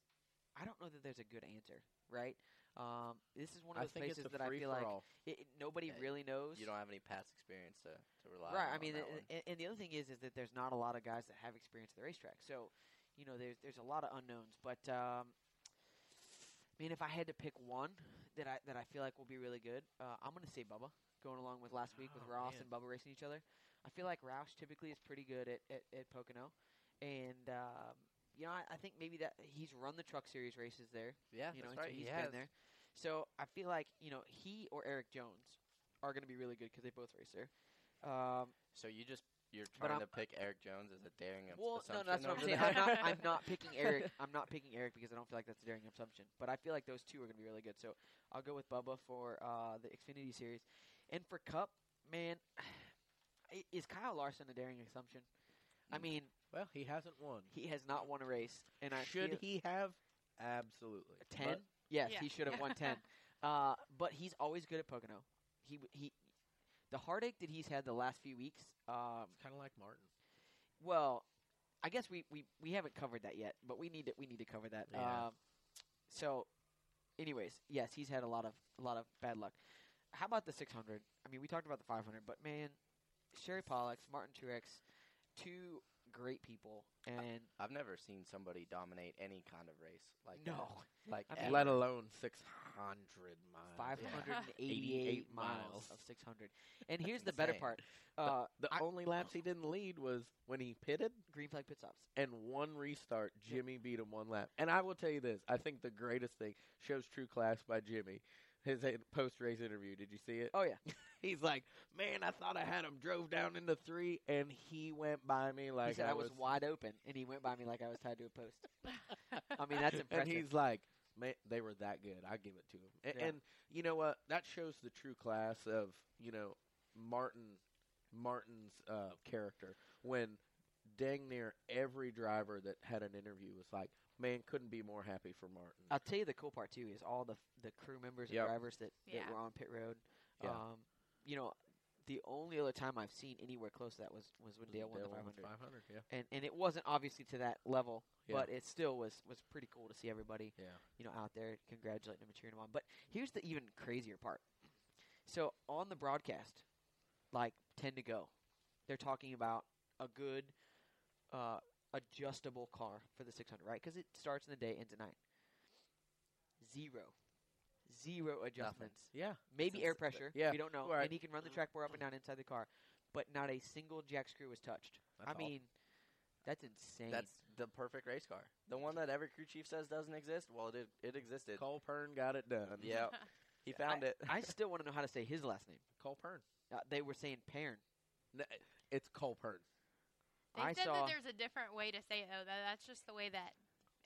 C: I don't know that there's a good answer, right? Um, this is one
B: I
C: of those
B: think it's a
C: places that I
B: free
C: feel
B: for
C: like
B: all.
C: it, it- nobody
E: Yeah,
C: really knows.
E: You don't have any past experience to, to rely on.
C: right. I
E: on
C: mean,
E: that
C: a-
E: one.
C: and, and the other thing is, is that there's not a lot of guys that have experience at the racetrack. So, you know, there's there's a lot of unknowns. But um, I mean, if I had to pick one that I that I feel like will be really good, uh, I'm going to say Bubba. Going along with last week with
B: Oh,
C: Ross
B: man.
C: and Bubba racing each other, I feel like Roush typically is pretty good at at, at Pocono, and um, you know, I, I think maybe that he's run the Truck Series races there
E: yeah,
C: you know, and so
E: that's right. he
C: he's
E: has.
C: been there. So I feel like you know he or Eric Jones are going to be really good because they both race there. Um,
E: So you just you're
C: But
E: trying
C: I'm-
E: to pick Eric Jones as a daring abs-
C: well, no,
E: assumption.
C: no, that's what I'm
E: over
C: saying.
E: there?
C: I'm not, I'm not picking Eric. I'm not picking Eric because I don't feel like that's a daring assumption. But I feel like those two are going to be really good. So I'll go with Bubba for uh, the Xfinity Series, and for Cup, man, i- is Kyle Larson a daring assumption? I
E: Mm.
C: mean,
B: Well, he hasn't won.
C: he has not won a race, and I
B: Should
C: feel-
B: he have? Absolutely.
C: ten? Yes,
D: Yeah.
C: he should have won ten. Uh, but he's always good at Pocono. He w- he, the heartache that he's had the last few weeks. Um,
B: Kind of like Martin.
C: well, I guess we, we, we haven't covered that yet, but we need to we need to cover that.
B: Yeah.
C: Um, so, anyways, yes, he's had a lot of a lot of bad luck. How about the 600? I mean, we talked about the 500, but man, Sherry Pollock, Martin Truex, two great people, and
E: I've never seen somebody dominate any kind of race like
C: no,
E: that. like
C: I mean,
E: ever.
B: Let alone six hundred miles.
C: 588
B: 88
C: miles
B: Uh, miles.
C: of 600. And here's the
E: That's
C: better
E: insane.
C: part: uh,
B: The
C: I-
B: only laps he didn't lead was when he pitted
C: green flag pit stops.
B: and one restart. Jimmy beat him one lap. And I will tell you this: I think the greatest thing shows true class by Jimmy. His post race interview. Did you see it?
C: Oh yeah,
B: He's like, man, I thought I had him. Drove down into three, and he went by me like
C: he said I was,
B: was
C: wide open, and he went by me like I was tied to a post. I mean, that's impressive.
B: And he's like, man, they were that good. I give it to him. And,
C: Yeah.
B: and you know what? That shows the true class of you know Martin Martin's uh, character when dang near every driver that had an interview was like, man, couldn't be more happy for Martin.
C: I'll tell you the cool part too is all the the crew members and
B: Yep.
C: drivers that,
D: Yeah.
C: that were on pit road.
B: Yeah.
C: Um, you know, the only other time I've seen anywhere close to that was was when Dale won the 500.
B: Five hundred. Yeah.
C: and and it wasn't obviously to that level,
B: Yeah.
C: but it still was was pretty cool to see everybody,
B: Yeah.
C: you know, out there congratulating him and cheering him on. But here's the even crazier part. So on the broadcast, like 10 to go. They're talking about a good uh, adjustable car for the 600, right? Because it starts in the day, ends at night. Zero. Zero adjustments.
B: Yeah.
C: Maybe air
E: Since the-
C: pressure.
B: yeah,
C: We don't know.
B: right.
C: And he can run the track bar up and down inside the car. But not a single jack screw was touched.
B: That's
C: I
B: all.
C: mean, that's insane.
E: That's the perfect race car. The one that every crew chief says doesn't exist. Well, it did, it existed.
B: Cole Pern got it done.
E: Yeah, he found it.
C: I still want to know how to say his last name.
B: Cole Pern.
C: Uh, they were saying Pern.
B: N- It's Cole Pern.
D: They
C: I
D: said
C: saw-
D: that there's a different way to say it, though. That, that's just the way that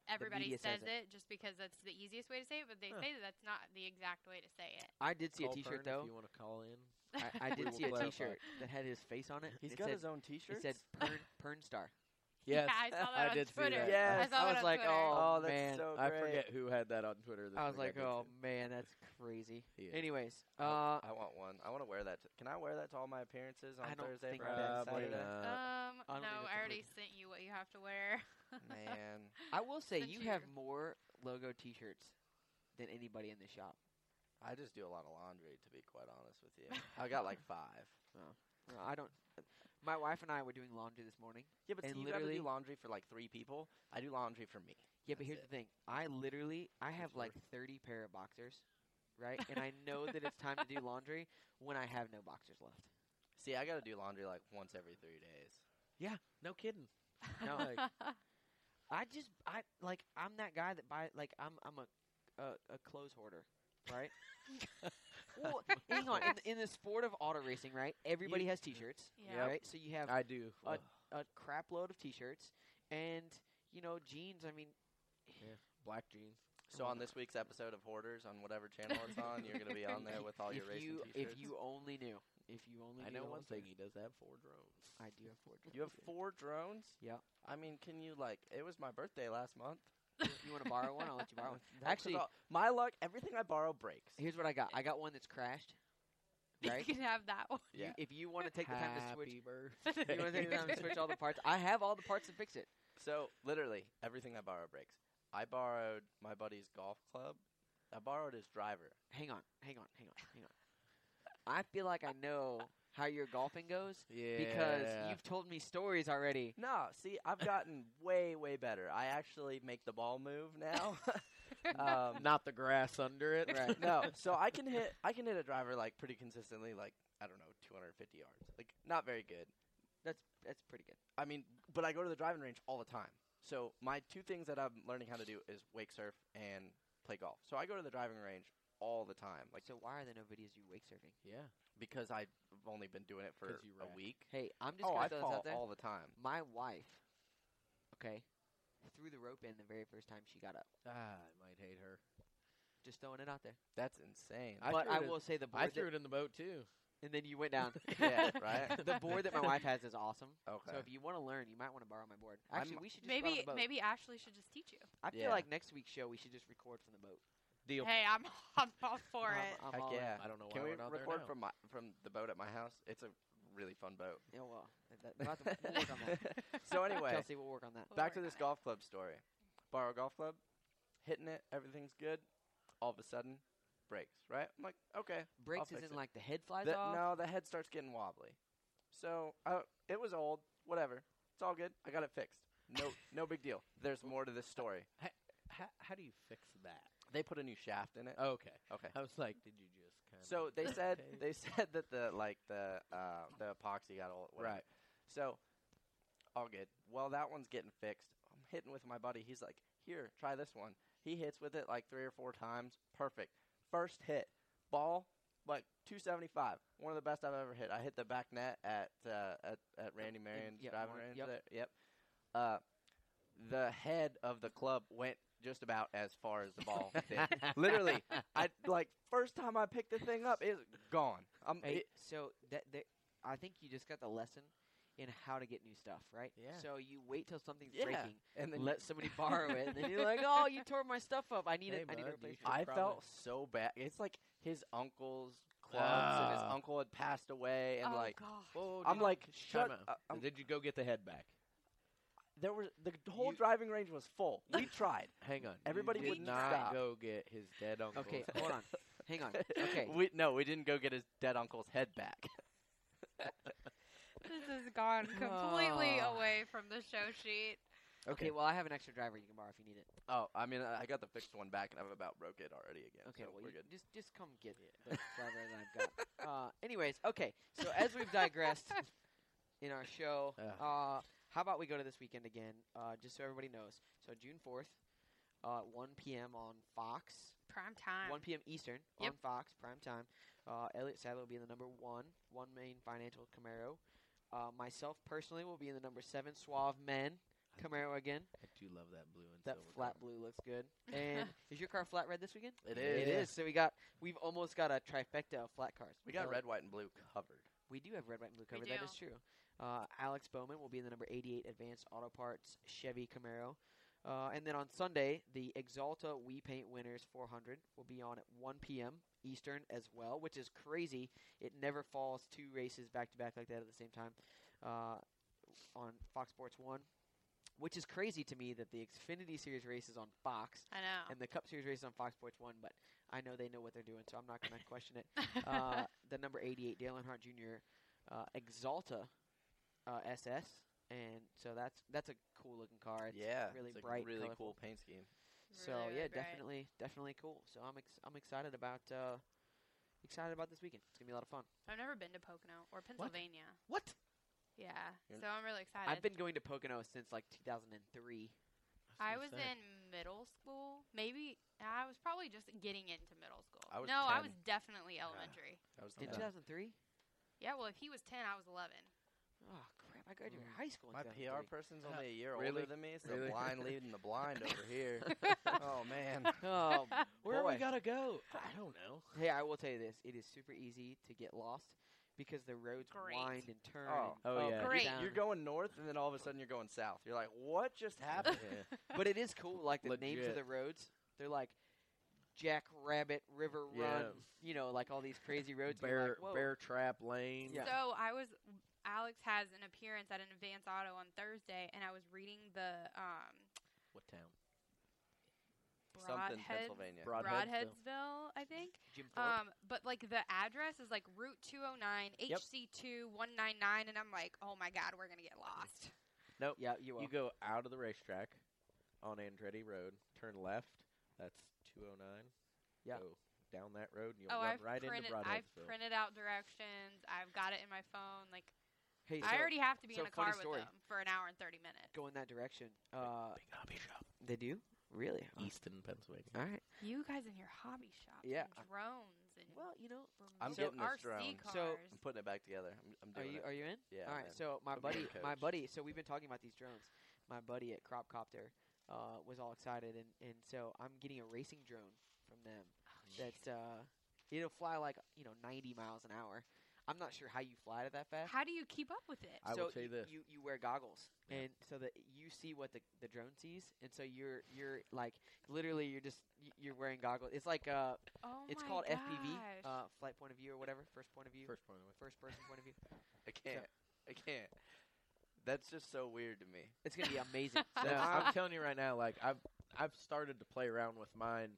D: everybody
C: media
D: says,
C: says
D: it. just because that's the easiest way to say it. But they
B: Huh.
D: say that that's not the exact way to say it.
C: I did see
B: Cole
C: a T-shirt
B: Pern,
C: though.
B: If you want to call in,
C: I, I
B: We
C: did
B: will
C: see a
B: clarify.
C: T-shirt that had his face on it.
E: He's
C: it
E: got
C: said,
E: his own T-shirt.
C: It said Pern, Pern Star.
B: yes,
D: Yeah, I saw that
B: I
D: on
B: did see
D: Twitter.
B: that.
E: Yes.
D: I saw
C: I
D: it
C: was
D: on
C: like,
D: Twitter.
E: "Oh, that's
C: man.
E: so
B: I
E: great."
B: forget who had that on Twitter. This
C: I was
B: week.
C: like,
B: did
C: oh
B: see
C: man, that's crazy.
B: it. Yeah.
C: Anyways,
E: I-
C: uh,
E: I want one. I want to wear that. To, can I wear that to all my appearances on
C: I don't
E: Thursday,
C: think
E: Friday,
C: that's
E: Saturday?
C: legal.
D: Um,
C: I don't
D: no,
C: think that's
D: I already
C: approved.
D: sent you what you have to wear.
E: Man,
C: I will say
D: the
C: you have
D: cheer.
C: more logo T-shirts than anybody in the shop.
E: I just do a lot of laundry, to be quite honest with you. I got like five.
C: No, I don't. My wife and I were doing laundry this morning.
E: Yeah, but
C: And
E: see, you gotta
C: literally-
E: do laundry for like three people. I do laundry for me.
C: Yeah, but
E: That's
C: here's
E: it.
C: the thing. I literally, I have
E: Good
C: like 30 pair of boxers, right? And I know that it's time to do laundry when I have no boxers left.
E: See, I gotta do laundry like once every three days.
B: no kidding.
C: No.
B: Like,
C: I just I like I'm that guy that buy like I'm I'm a a, a clothes hoarder, right? well, hang on. In, the- in the sport of auto racing, right? Everybody has T-shirts,
D: Yeah.
C: right? So you have
B: I do.
C: Uh, a crap load of T-shirts, and you know jeans. I mean,
B: black jeans.
E: So on this week's episode of Hoarders, on whatever channel it's on, Oh, you're gonna be on there with all
C: if
E: your racing
C: you
E: t-shirts.
C: if you only knew, if you only
B: I
C: knew
B: know one
C: the whole
B: thing. He
C: truth.
B: does have four drones.
C: I do have four.
E: you have
C: Jones.
E: four drones.
C: Yeah.
E: I mean, can you like? It was my birthday last month.
C: You- You want to borrow one? I'll let you borrow one.
E: No, 'cause
C: Actually-
E: I'll- my luck, everything I borrow breaks.
C: Here's what I got. I got one that's crashed. Right?
D: you can have that one.
C: You-
E: Yeah.
C: if you want to take the time to switch,
B: Happy birthday.
C: you want to take the time to switch all the parts. I have all the parts to fix it.
E: So literally everything I borrow breaks. I borrowed my buddy's golf club. I borrowed his driver.
C: hang on, hang on, hang on, hang on. I feel like I know how your golfing goes
B: Yeah.
C: because you've told me stories already.
E: No, see, I've gotten way, way better. I actually make the ball move now. um,
B: not the grass under it.
C: Right.
E: no, so I can hit I can hit a driver like pretty consistently, like I don't know, 250 yards. Like not very good.
C: That's that's pretty good.
E: I mean, but I go to the driving range all the time. So my two things that I'm learning how to do is wake surf and play golf. So I go to the driving range all the time, like
C: So why are there no videos of you wake surfing?
B: Yeah.
E: because I've only been doing it for
B: 'Cause you
E: a
B: wreck.
E: week.
C: Hey, I'm just
E: Oh,
C: gonna
E: I
C: throw
E: fall
C: this out there.
E: all the time.
C: My wife, okay, threw the rope in the very first time she got up.
B: Ah, I might hate her.
C: Just throwing it out there.
E: That's insane.
B: I
C: but
B: threw
C: I
B: it in-
C: will say the board,
B: I
C: that-
B: threw it in the boat too.
C: and then you went down.
E: yeah, right.
C: the board that my wife has is awesome.
E: Okay.
C: So if you want to learn, you might want to borrow my board.
E: I'm-
C: Actually, we should just go out on
D: Maybe
C: the boat.
D: maybe Ashley should just teach you.
C: I feel
E: Yeah.
C: like next week's show we should just record from the boat.
B: Deal.
D: Hey, I'm I'm all for
C: I'm-
D: it.
C: I'm
E: Heck
C: all in.
E: yeah.
B: I don't know why
E: Can we
B: we're not
E: record
B: there now.
E: from my from the boat at my house? It's a really fun boat.
C: Yeah, well, that, we'll, have to, we'll work on that.
E: so anyway,
C: Kelsey, we'll work on that.
D: We'll
E: back to
D: work
E: this
D: on it.
E: golf club story. Borrow a golf club, hitting it, everything's good. All of a sudden, breaks. Right? I'm like, okay. I'll
C: Breaks
E: fix
C: isn't
E: it.
C: like the head flies
E: The-
C: off.
E: no, the head starts getting wobbly. So uh, it was old. Whatever. It's all good. I got it fixed. No, no big deal. There's more to this story.
B: How, how do you fix that?
E: They put a new shaft in it.
B: Okay.
E: Okay.
B: I was like, did you just kind
E: So they said
B: Okay.
E: they said that the like the uh, the epoxy got all whatever.
B: Right.
E: So all good. Well, that one's getting fixed. I'm hitting with my buddy. He's like, "Here, try this one." He hits with it like three or four times. Perfect. First hit, ball like 275. One of the best I've ever hit. I hit the back net at uh, at, at Randy Marion's
C: yeah,
E: driving
C: Warren,
E: range.
C: yep.
E: there. Yep. Uh, the head of the club went just about as far as the ball did. Literally, I like first time I picked the thing up, it's gone. I'm
C: Hey,
E: it-
C: so that, that I think you just got the lesson in how to get new stuff, right?
E: Yeah.
C: So you wait till something's
E: Yeah.
C: breaking,
E: and then
C: let somebody borrow it, and then you're like, "Oh, you tore my stuff up. I need
B: Hey,
C: it. I
B: bud,
C: need a
B: you
C: replacement."
B: should
E: I
B: probably-
E: felt so bad. It's like his uncle's clubs, and his
B: Ah.
E: uncle had passed away, and
D: oh
E: like
D: God.
B: Whoa,
E: I'm
B: did-
E: like, shut.
B: Time out.
E: uh, I'm-
B: did you go get the head back?
E: there was the whole
B: You-
E: driving range was full. We tried.
B: Hang on.
E: Everybody
B: you did
E: would
B: not
E: stop.
B: go get his dead uncle.
C: okay, hold on, hang on. Okay,
E: we no, we didn't go get his dead uncle's head back.
D: gone completely
C: Oh.
D: away from the show sheet.
C: Okay, well, I have an extra driver you can borrow if you need it.
E: Oh, I mean, I I got the fixed one back, and I've about broke it already again.
C: Okay,
E: so
C: well,
E: we're
C: you
E: good.
C: just just come get it. The driver that I've got. Uh, anyways, okay. So as we've digressed in our show,
E: Ugh.
C: uh, how about we go to this weekend again? Uh, just so everybody knows. So June fourth, uh, one p.m. on Fox,
D: Prime time.
C: one p.m. Eastern
D: Ah. Yep.
C: on Fox prime time. Uh, Elliot Sadler will be in the number one one main financial Camaro. Uh, myself personally will be in the number seven Suave Men Camaro again.
G: I do love that blue and
C: That
G: silver
C: flat blue looks good. And is your car flat red this weekend?
E: It
C: It
E: is.
C: is. So we got we've almost got a trifecta of flat cars.
E: We got
C: Uh,
E: red, white, and blue covered.
C: We do have red, white, and blue
D: We
C: covered. That
D: do.
C: is true. Uh, Alex Bowman will be in the number 88 Advanced Auto Parts Chevy Camaro. Uh, and then on Sunday, the Exalta We Paint Winners 400 will be on at 1 p.m. Eastern as well, which is crazy. It never falls two races back to back like that at the same time uh, on Fox Sports 1, which is crazy to me that the Xfinity Series race is on Fox
D: I know.
C: and the Cup Series race is on Fox Sports 1, but I know they know what they're doing, so I'm not going to question it uh, the number 88 Dale Earnhardt Jr. Uh, Exalta uh, SS, and so that's that's a cool looking car. It's
E: yeah,
C: really
E: it's a
C: bright,
E: really
C: colorful.
E: cool paint scheme.
C: So
D: Really, really
C: yeah,
D: bright.
C: definitely definitely cool. So I'm ex- I'm excited about uh, excited about this weekend. It's gonna be a lot of fun.
D: I've never been to Pocono or Pennsylvania.
C: What?
D: Yeah,
E: You're
D: so I'm really excited.
C: I've been going to Pocono since like 2003.
D: I was in middle school. Maybe I was probably just getting into middle school.
E: I was
D: no, I
E: 10.
D: was definitely elementary.
E: That was the
C: In
E: one.
C: 2003?
D: Yeah. well, if he was 10, I was 11.
C: Oh crap! I graduated
G: Mm.
C: high school. In
E: My
C: 2003.
E: PR person's
G: Yeah.
E: only a year
G: Really?
E: older than me, so
G: Really?
E: blind leading the blind over here. oh man,
C: Oh,
G: Where we
C: boy.
G: gotta go? I don't know.
C: Hey, I will tell you this: it is super easy to get lost because the roads
D: Great.
C: wind and turn. and
E: Oh.
G: Oh,
C: up
G: yeah.
C: and
D: Great.
C: down.
E: you're going north, and then all of a sudden you're going south. You're like, what just happened?
C: but it is cool. Like the names of
G: Legit.
C: the roads, they're like Jack Rabbit River Run.
G: Yeah.
C: You know, like all these crazy roads. and you're
G: Bear
C: like, "Whoa."
G: bear trap lane.
C: Yeah.
D: So I was. Alex has an appearance at an Advance Auto on Thursday, and I was reading the um,
G: What town?
E: Something,
D: Broadhead,
E: Pennsylvania.
G: Broadheadsville.
D: Broadheadsville, I think.
C: Jim
D: Um,
C: Thorpe.
D: but like the address is like Route 209
G: Yep.
D: HC2 199, and I'm like, oh my god, we're gonna get lost. Um,
C: yeah, you will.
G: You go out of the racetrack on Andretti Road, turn left. That's 209.
C: Yeah.
G: Go down that road, and you'll
D: Oh,
G: run
D: I've
G: right
D: printed.
G: into
D: I've
G: Broadheadsville.
D: printed out directions. I've got it in my phone. Like
C: hey, so
D: I already have to be
C: so
D: in a
C: funny
D: car
C: story.
D: with them for an hour and thirty minutes.
C: go in that direction. Uh,
G: Big hobby shop,
C: they do really. Oh,
G: Easton, Pennsylvania.
C: All right.
D: You guys in your hobby shop,
C: Yeah,
D: and drones and
C: Well, you know,
E: I'm
D: remote
E: getting
D: RC
E: this drone.
D: cars.
C: So-
E: I'm putting it back together. I'm, I'm
C: are
E: doing
C: you
E: it.
C: are you in?
E: Yeah.
C: All
E: I'm
C: right.
E: in.
C: So my
E: I'm
C: buddy,
E: being
C: my
E: coached.
C: buddy. So we've been talking about these drones. My buddy at Crop Copter uh, was all excited, and, and so I'm getting a racing drone from them.
D: Oh,
C: that uh, it'll fly like you know 90 miles an hour. I'm not sure how you fly it that fast.
D: How do you keep up with it?
G: I
C: so
G: will say
C: you,
G: this.
C: you you wear goggles,
G: Yeah.
C: and so that you see what the, the drone sees, and so you're you're like literally you're just y- you're wearing goggles. It's like uh,
D: oh
C: it's
D: my
C: called
D: gosh.
C: FPV, uh, flight point of view or whatever, first point of view, first,
G: First point of the way.
C: person point of view.
E: I can't. I can't. That's just so weird to me.
C: It's gonna be amazing. so
G: No,
C: I'm-
G: I'm telling you right now, like I've I've started to play around with mine.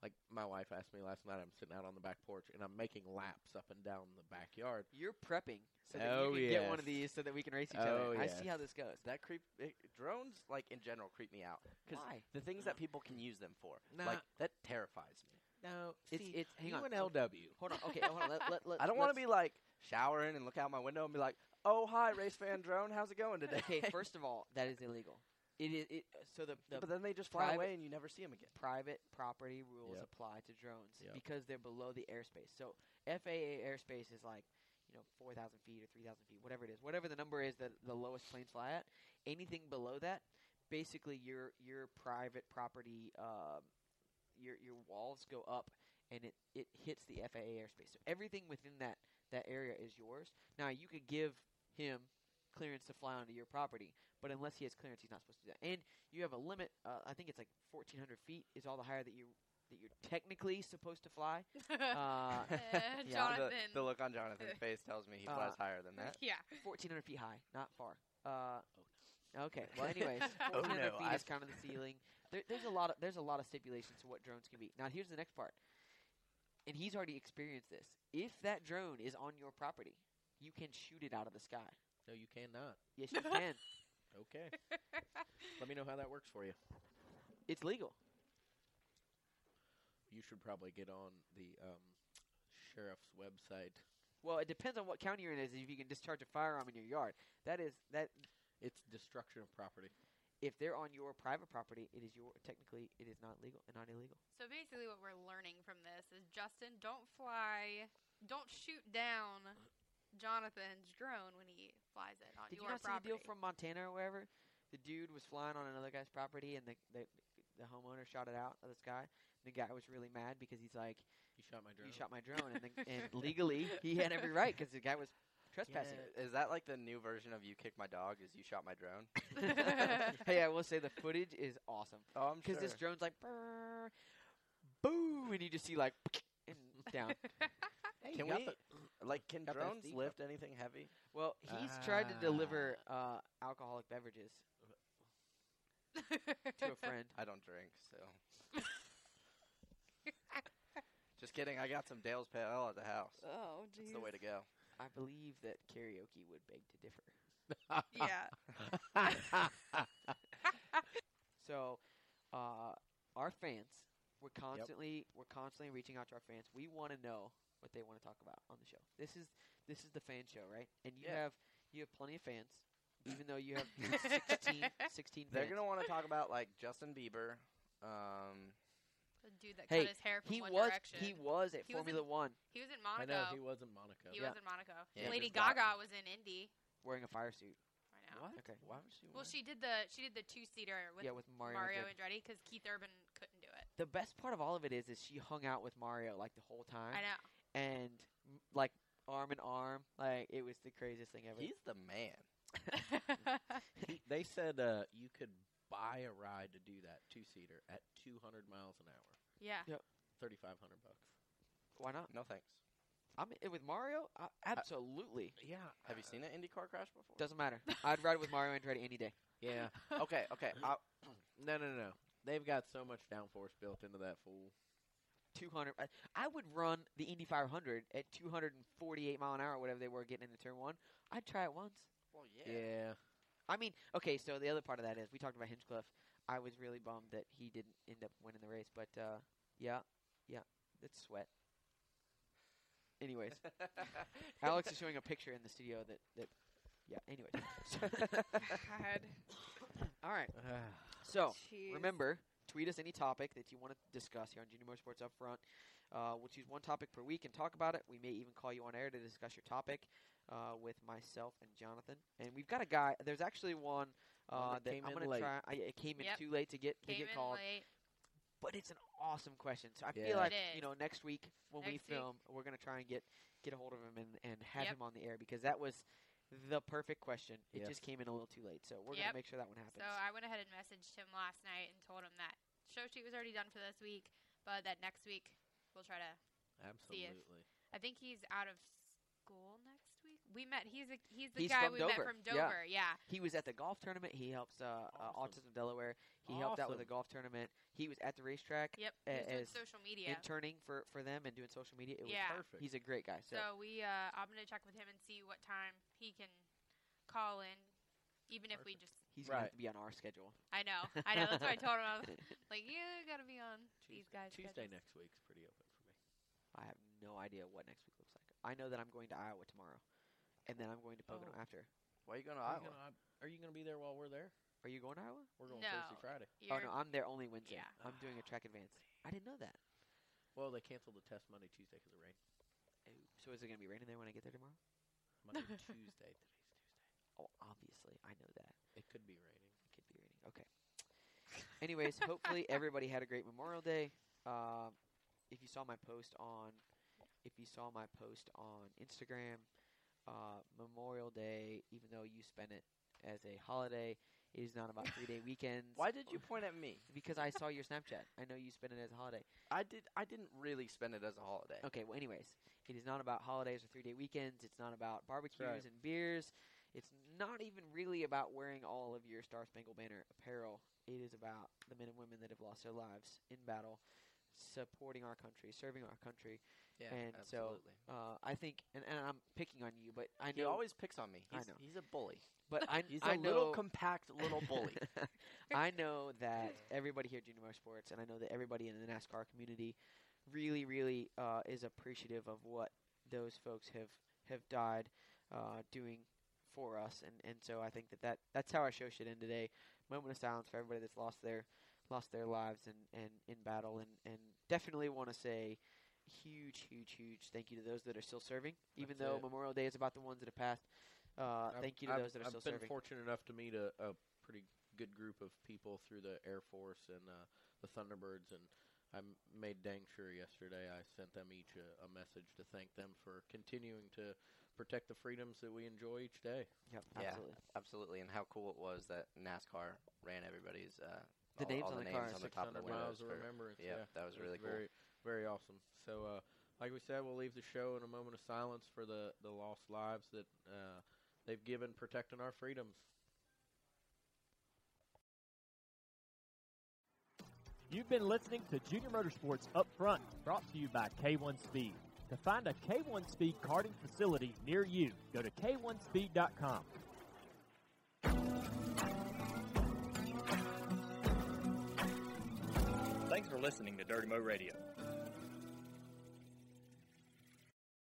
G: Like my wife asked me last night, I'm sitting out on the back porch and I'm making laps up and down the backyard.
C: you're prepping so that
G: Oh,
C: you can get one of
G: yes.
C: these so that we can race each
G: Oh,
C: other. I
G: yes.
C: see how this goes.
E: That creep it, drones like in general creep me out because
C: Why?
E: the things that people can use them for
G: Nah.
E: like that terrifies me.
G: No,
C: It's it's hang
G: you
C: on.
G: and LW.
C: Hold on. Okay, hold on. Let, let, let,
E: I don't want
C: let's-
E: to be like showering and look out my window and be like, "Oh hi, race fan drone, how's it going today?"
C: Okay, first of all, that is illegal. It is it, so the, the
E: but then they just fly
C: private-
E: away and you never see them again.
C: private property rules
G: Yep.
C: apply to drones
G: Yep.
C: because they're below the airspace. So FAA airspace is like you know four thousand feet or three thousand feet, whatever it is, whatever the number is that the lowest planes fly at. Anything below that, basically your your private property, um, your your walls go up and it, it hits the FAA airspace. So everything within that that area is yours. Now you could give him clearance to fly onto your property, but unless he has clearance, he's not supposed to do that. And you have a limit. Uh, I think it's like 1,400 feet is all the higher that you that you're technically supposed to fly. Uh,
D: Uh,
E: The,
D: Jonathan.
E: the look on Jonathan's face tells me he
C: Uh,
E: flies higher than that.
D: yeah.
C: 1,400 feet high, not far. Uh, Okay. Well, anyways,
E: Oh,
C: 1,400
E: no,
C: feet
E: I-
C: is kind of the ceiling. There, there's a lot of there's a lot of stipulations to what drones can be. Now, here's the next part, and he's already experienced this. If that drone is on your property, you can shoot it out of the sky.
G: No, you cannot.
C: Yes, you can.
G: Okay. Let me know how that works for you.
C: It's legal.
G: You should probably get on the um, sheriff's website.
C: Well, it depends on what county you're in. Is if you can discharge a firearm in your yard. That is that.
G: It's destruction of property.
C: If they're on your private property, it is your technically it is not legal and not illegal.
D: So basically, what we're learning from this is Justin, don't fly, don't shoot down Jonathan's drone when he flies it on
C: Did you
D: your
C: not see
D: property.
C: the deal from Montana or wherever? The dude was flying on another guy's property, and the the, the homeowner shot it out of the sky. The guy was really mad because he's like,
G: You shot my drone.
C: "You shot my drone," and, the, and legally he had every right because the guy was trespassing.
E: Is that like the new version of "You Kicked My Dog"? Is you shot my drone?
C: hey, I will say the footage is awesome
E: Oh, I'm
C: because this drone's like, "Brrr, boo, and you just see like, and down.
G: Hey,
E: Can
G: you got
E: we-
G: the-
E: like, can
G: Got that
E: drones
G: Steve
E: lift anything heavy?
C: Well, he's tried to deliver uh, alcoholic beverages to a friend.
E: I don't drink, so. Just kidding. I got some Dale's Pale Ale at the house.
D: oh,
E: That's the way to go.
C: I believe that karaoke would beg to differ.
D: yeah.
C: So, uh, our fans, we're constantly we're constantly reaching out to our fans. We want to know what they want to talk about on the show. This is this is the fan show, right? And you
E: Yeah.
C: have you have plenty of fans, even though you have 16, 16
E: They're
C: fans.
E: gonna want to talk about like Justin Bieber. Um,
D: The dude that
C: Hey,
D: cut his hair from
C: he
D: One
C: was
D: Direction.
C: he was at
D: He was in-
C: Formula One
D: He was in
G: I
D: Monaco.
G: know he was in Monaco.
D: He
C: Yeah.
D: was in Monaco.
E: Yeah,
D: Lady
E: just got-
D: Gaga was in Indy.
C: wearing a fire suit.
D: I know.
E: What?
C: Okay.
E: Why would you?
D: Well, she did the she did the two seater with
C: yeah, with Mario.
D: Mario
C: Andretti.
D: Andretti because Keith Urban couldn't do it.
C: the best part of all of it is is she hung out with Mario like the whole time
D: I know.
C: and m- like arm in arm like it was the craziest thing ever.
E: He's the man.
G: He- they said uh, you could buy a ride to do that two seater at 200 miles an hour,
D: yeah.
G: 3,500 bucks.
C: Why not?
E: No thanks.
C: I'm in- with Mario. I, absolutely
G: Yeah.
E: Have you seen an IndyCar crash before?
C: doesn't matter. I'd ride with Mario Andretti any day.
G: Yeah.
C: Oh,
E: okay, okay. I,
G: No, no, no. They've got so much downforce built into that fool.
C: Two hundred. I, I would run the Indy 500 at 248 mile an hour, whatever they were getting into turn one. I'd try it once.
E: well,
G: Yeah.
E: yeah.
C: I mean, okay. So the other part of that is we talked about Hinchcliffe. I was really bummed that he didn't end up winning the race, but uh, yeah, yeah, it's sweat. Anyways, Alex is showing a picture in the studio that that yeah. Anyways, So-
D: God.
C: all right. So
D: Jeez.
C: remember, tweet us any topic that you want to discuss here on Junior Motorsports Upfront. Uh, we'll choose one topic per week and talk about it. We may even call you on air to discuss your topic uh, with myself and Jonathan. And we've got a guy. There's actually one
G: One
C: uh,
G: that
C: that
G: came
C: I'm
G: in
C: going to
G: late.
C: try. I, it came in
D: Yep.
C: too late to get to
D: Came
C: get
D: in
C: called,
D: late.
C: but it's an awesome question. So I
G: Yeah.
C: feel like
D: It
C: you know next week when we
D: Next week.
C: film, we're going to try and get get a hold of him and, and have
D: Yep.
C: him on the air because that was the perfect question. It
G: Yes.
C: just came in a little too late, so we're going
D: Yep.
C: to make sure that one happens.
D: So I went ahead and messaged him last night and told him that show sheet was already done for this week, but that next week we'll try to.
G: Absolutely.
D: I think he's out of school next week. We met. He's a, he's the
C: He's
D: guy
C: from
D: we
C: Dover.
D: met from
C: Yeah.
D: Dover. Yeah.
C: He was at the golf tournament. He helps uh, uh,
G: Awesome.
C: Autism Delaware. He helped out with the
G: Awesome.
C: golf tournament. He was at the racetrack
D: Yep.
C: A-
D: He's doing
C: as
D: social media.
C: interning for, for them and doing social media. It was
D: Yeah.
G: Perfect.
C: He's a great guy. So,
D: So we, uh, I'm gonna check with him and see what time he can call in, even if we just.
C: he's going to have
G: Right.
C: to be on our schedule.
D: I know, I know. That's what I told him. I was like, you gotta be on these guys.
G: Tuesday
D: schedules."
G: next week's pretty open for me.
C: I have no idea what next week looks like. I know that I'm going to Iowa tomorrow, and then I'm going to Pocono
G: Oh.
C: after.
E: Why are you going to
G: Are you
E: Iowa?
G: gonna- Are you going to be there while we're there?
C: Are you going to Iowa?
G: We're going
D: No.
G: Thursday, Friday.
C: Oh
D: You're-
C: no, I'm there only Wednesday.
D: Yeah.
C: I'm doing a track advance. I didn't know that.
G: Well, they canceled the test Monday, Tuesday because of rain.
C: Oh, So is it going to be raining there when I get there tomorrow?
G: Monday, Tuesday. Today's Tuesday.
C: Oh, obviously, I know that.
G: It could be raining.
C: Could be reading. Okay. Anyways, hopefully everybody had a great Memorial Day. Um, if you saw my post on, if you saw my post on Instagram, uh, Memorial Day, even though you spent it as a holiday, it is not about three day weekends.
E: Why did you point at me?
C: Because I saw your Snapchat. I know you spent it as a holiday.
E: I did. I didn't really spend it as a holiday.
C: Okay. Well, anyways, it is not about holidays or three day weekends. It's not about barbecues and beers. It's not even really about wearing all of your Star Spangled Banner apparel. It is about the men and women that have lost their lives in battle, supporting our country, serving our country,
E: Yeah,
C: And so-
E: absolutely.
C: Uh, I think, and, and I'm picking on you, but I know.
E: he always picks on me.
C: I
E: He's,
C: know.
E: he's a bully.
C: but I,
E: He's
C: I
E: a little
C: know-
E: compact little bully.
C: I know that everybody here at Junior Motorsports, and I know that everybody in the NASCAR community, really, really uh, is appreciative of what those folks have have died uh, doing for us, and, and so I think that, that that's how our show should end today. Moment of silence for everybody that's lost their lost their lives and, and in battle, and and definitely want to say huge, huge, huge thank you to those that are still serving, even
B: That's
C: though
B: it.
C: Memorial Day is about the ones that have passed. Uh,
B: I've-
C: thank you to
B: I've-
C: those that are
B: I've
C: still
B: been
C: serving.
B: fortunate enough to meet a, a pretty good group of people through the Air Force and uh, the Thunderbirds, and I m- made dang sure yesterday I sent them each a, a message to thank them for continuing to protect the freedoms that we enjoy each day.
C: Yep,
E: Yeah.
C: absolutely.
E: absolutely, and how cool it was that NASCAR ran everybody's uh,
C: The
E: all,
C: names
E: all
C: on the
E: the, names
C: cars.
E: on the top of
B: 600
E: the
B: miles
E: windows.
B: of
E: for-
B: remembrance.
E: yeah,
B: yeah.
E: that was
B: It
E: really cool.
B: very, Very awesome. So, uh, like we said, we'll leave the show in a moment of silence for the, the lost lives that uh, they've given protecting our freedoms.
H: You've been listening to Junior Motorsports Up Front, brought to you by K1 Speed. To find a K1 Speed karting facility near you, go to k1speed.com.
A: Thanks for listening to Dirty Mo Radio.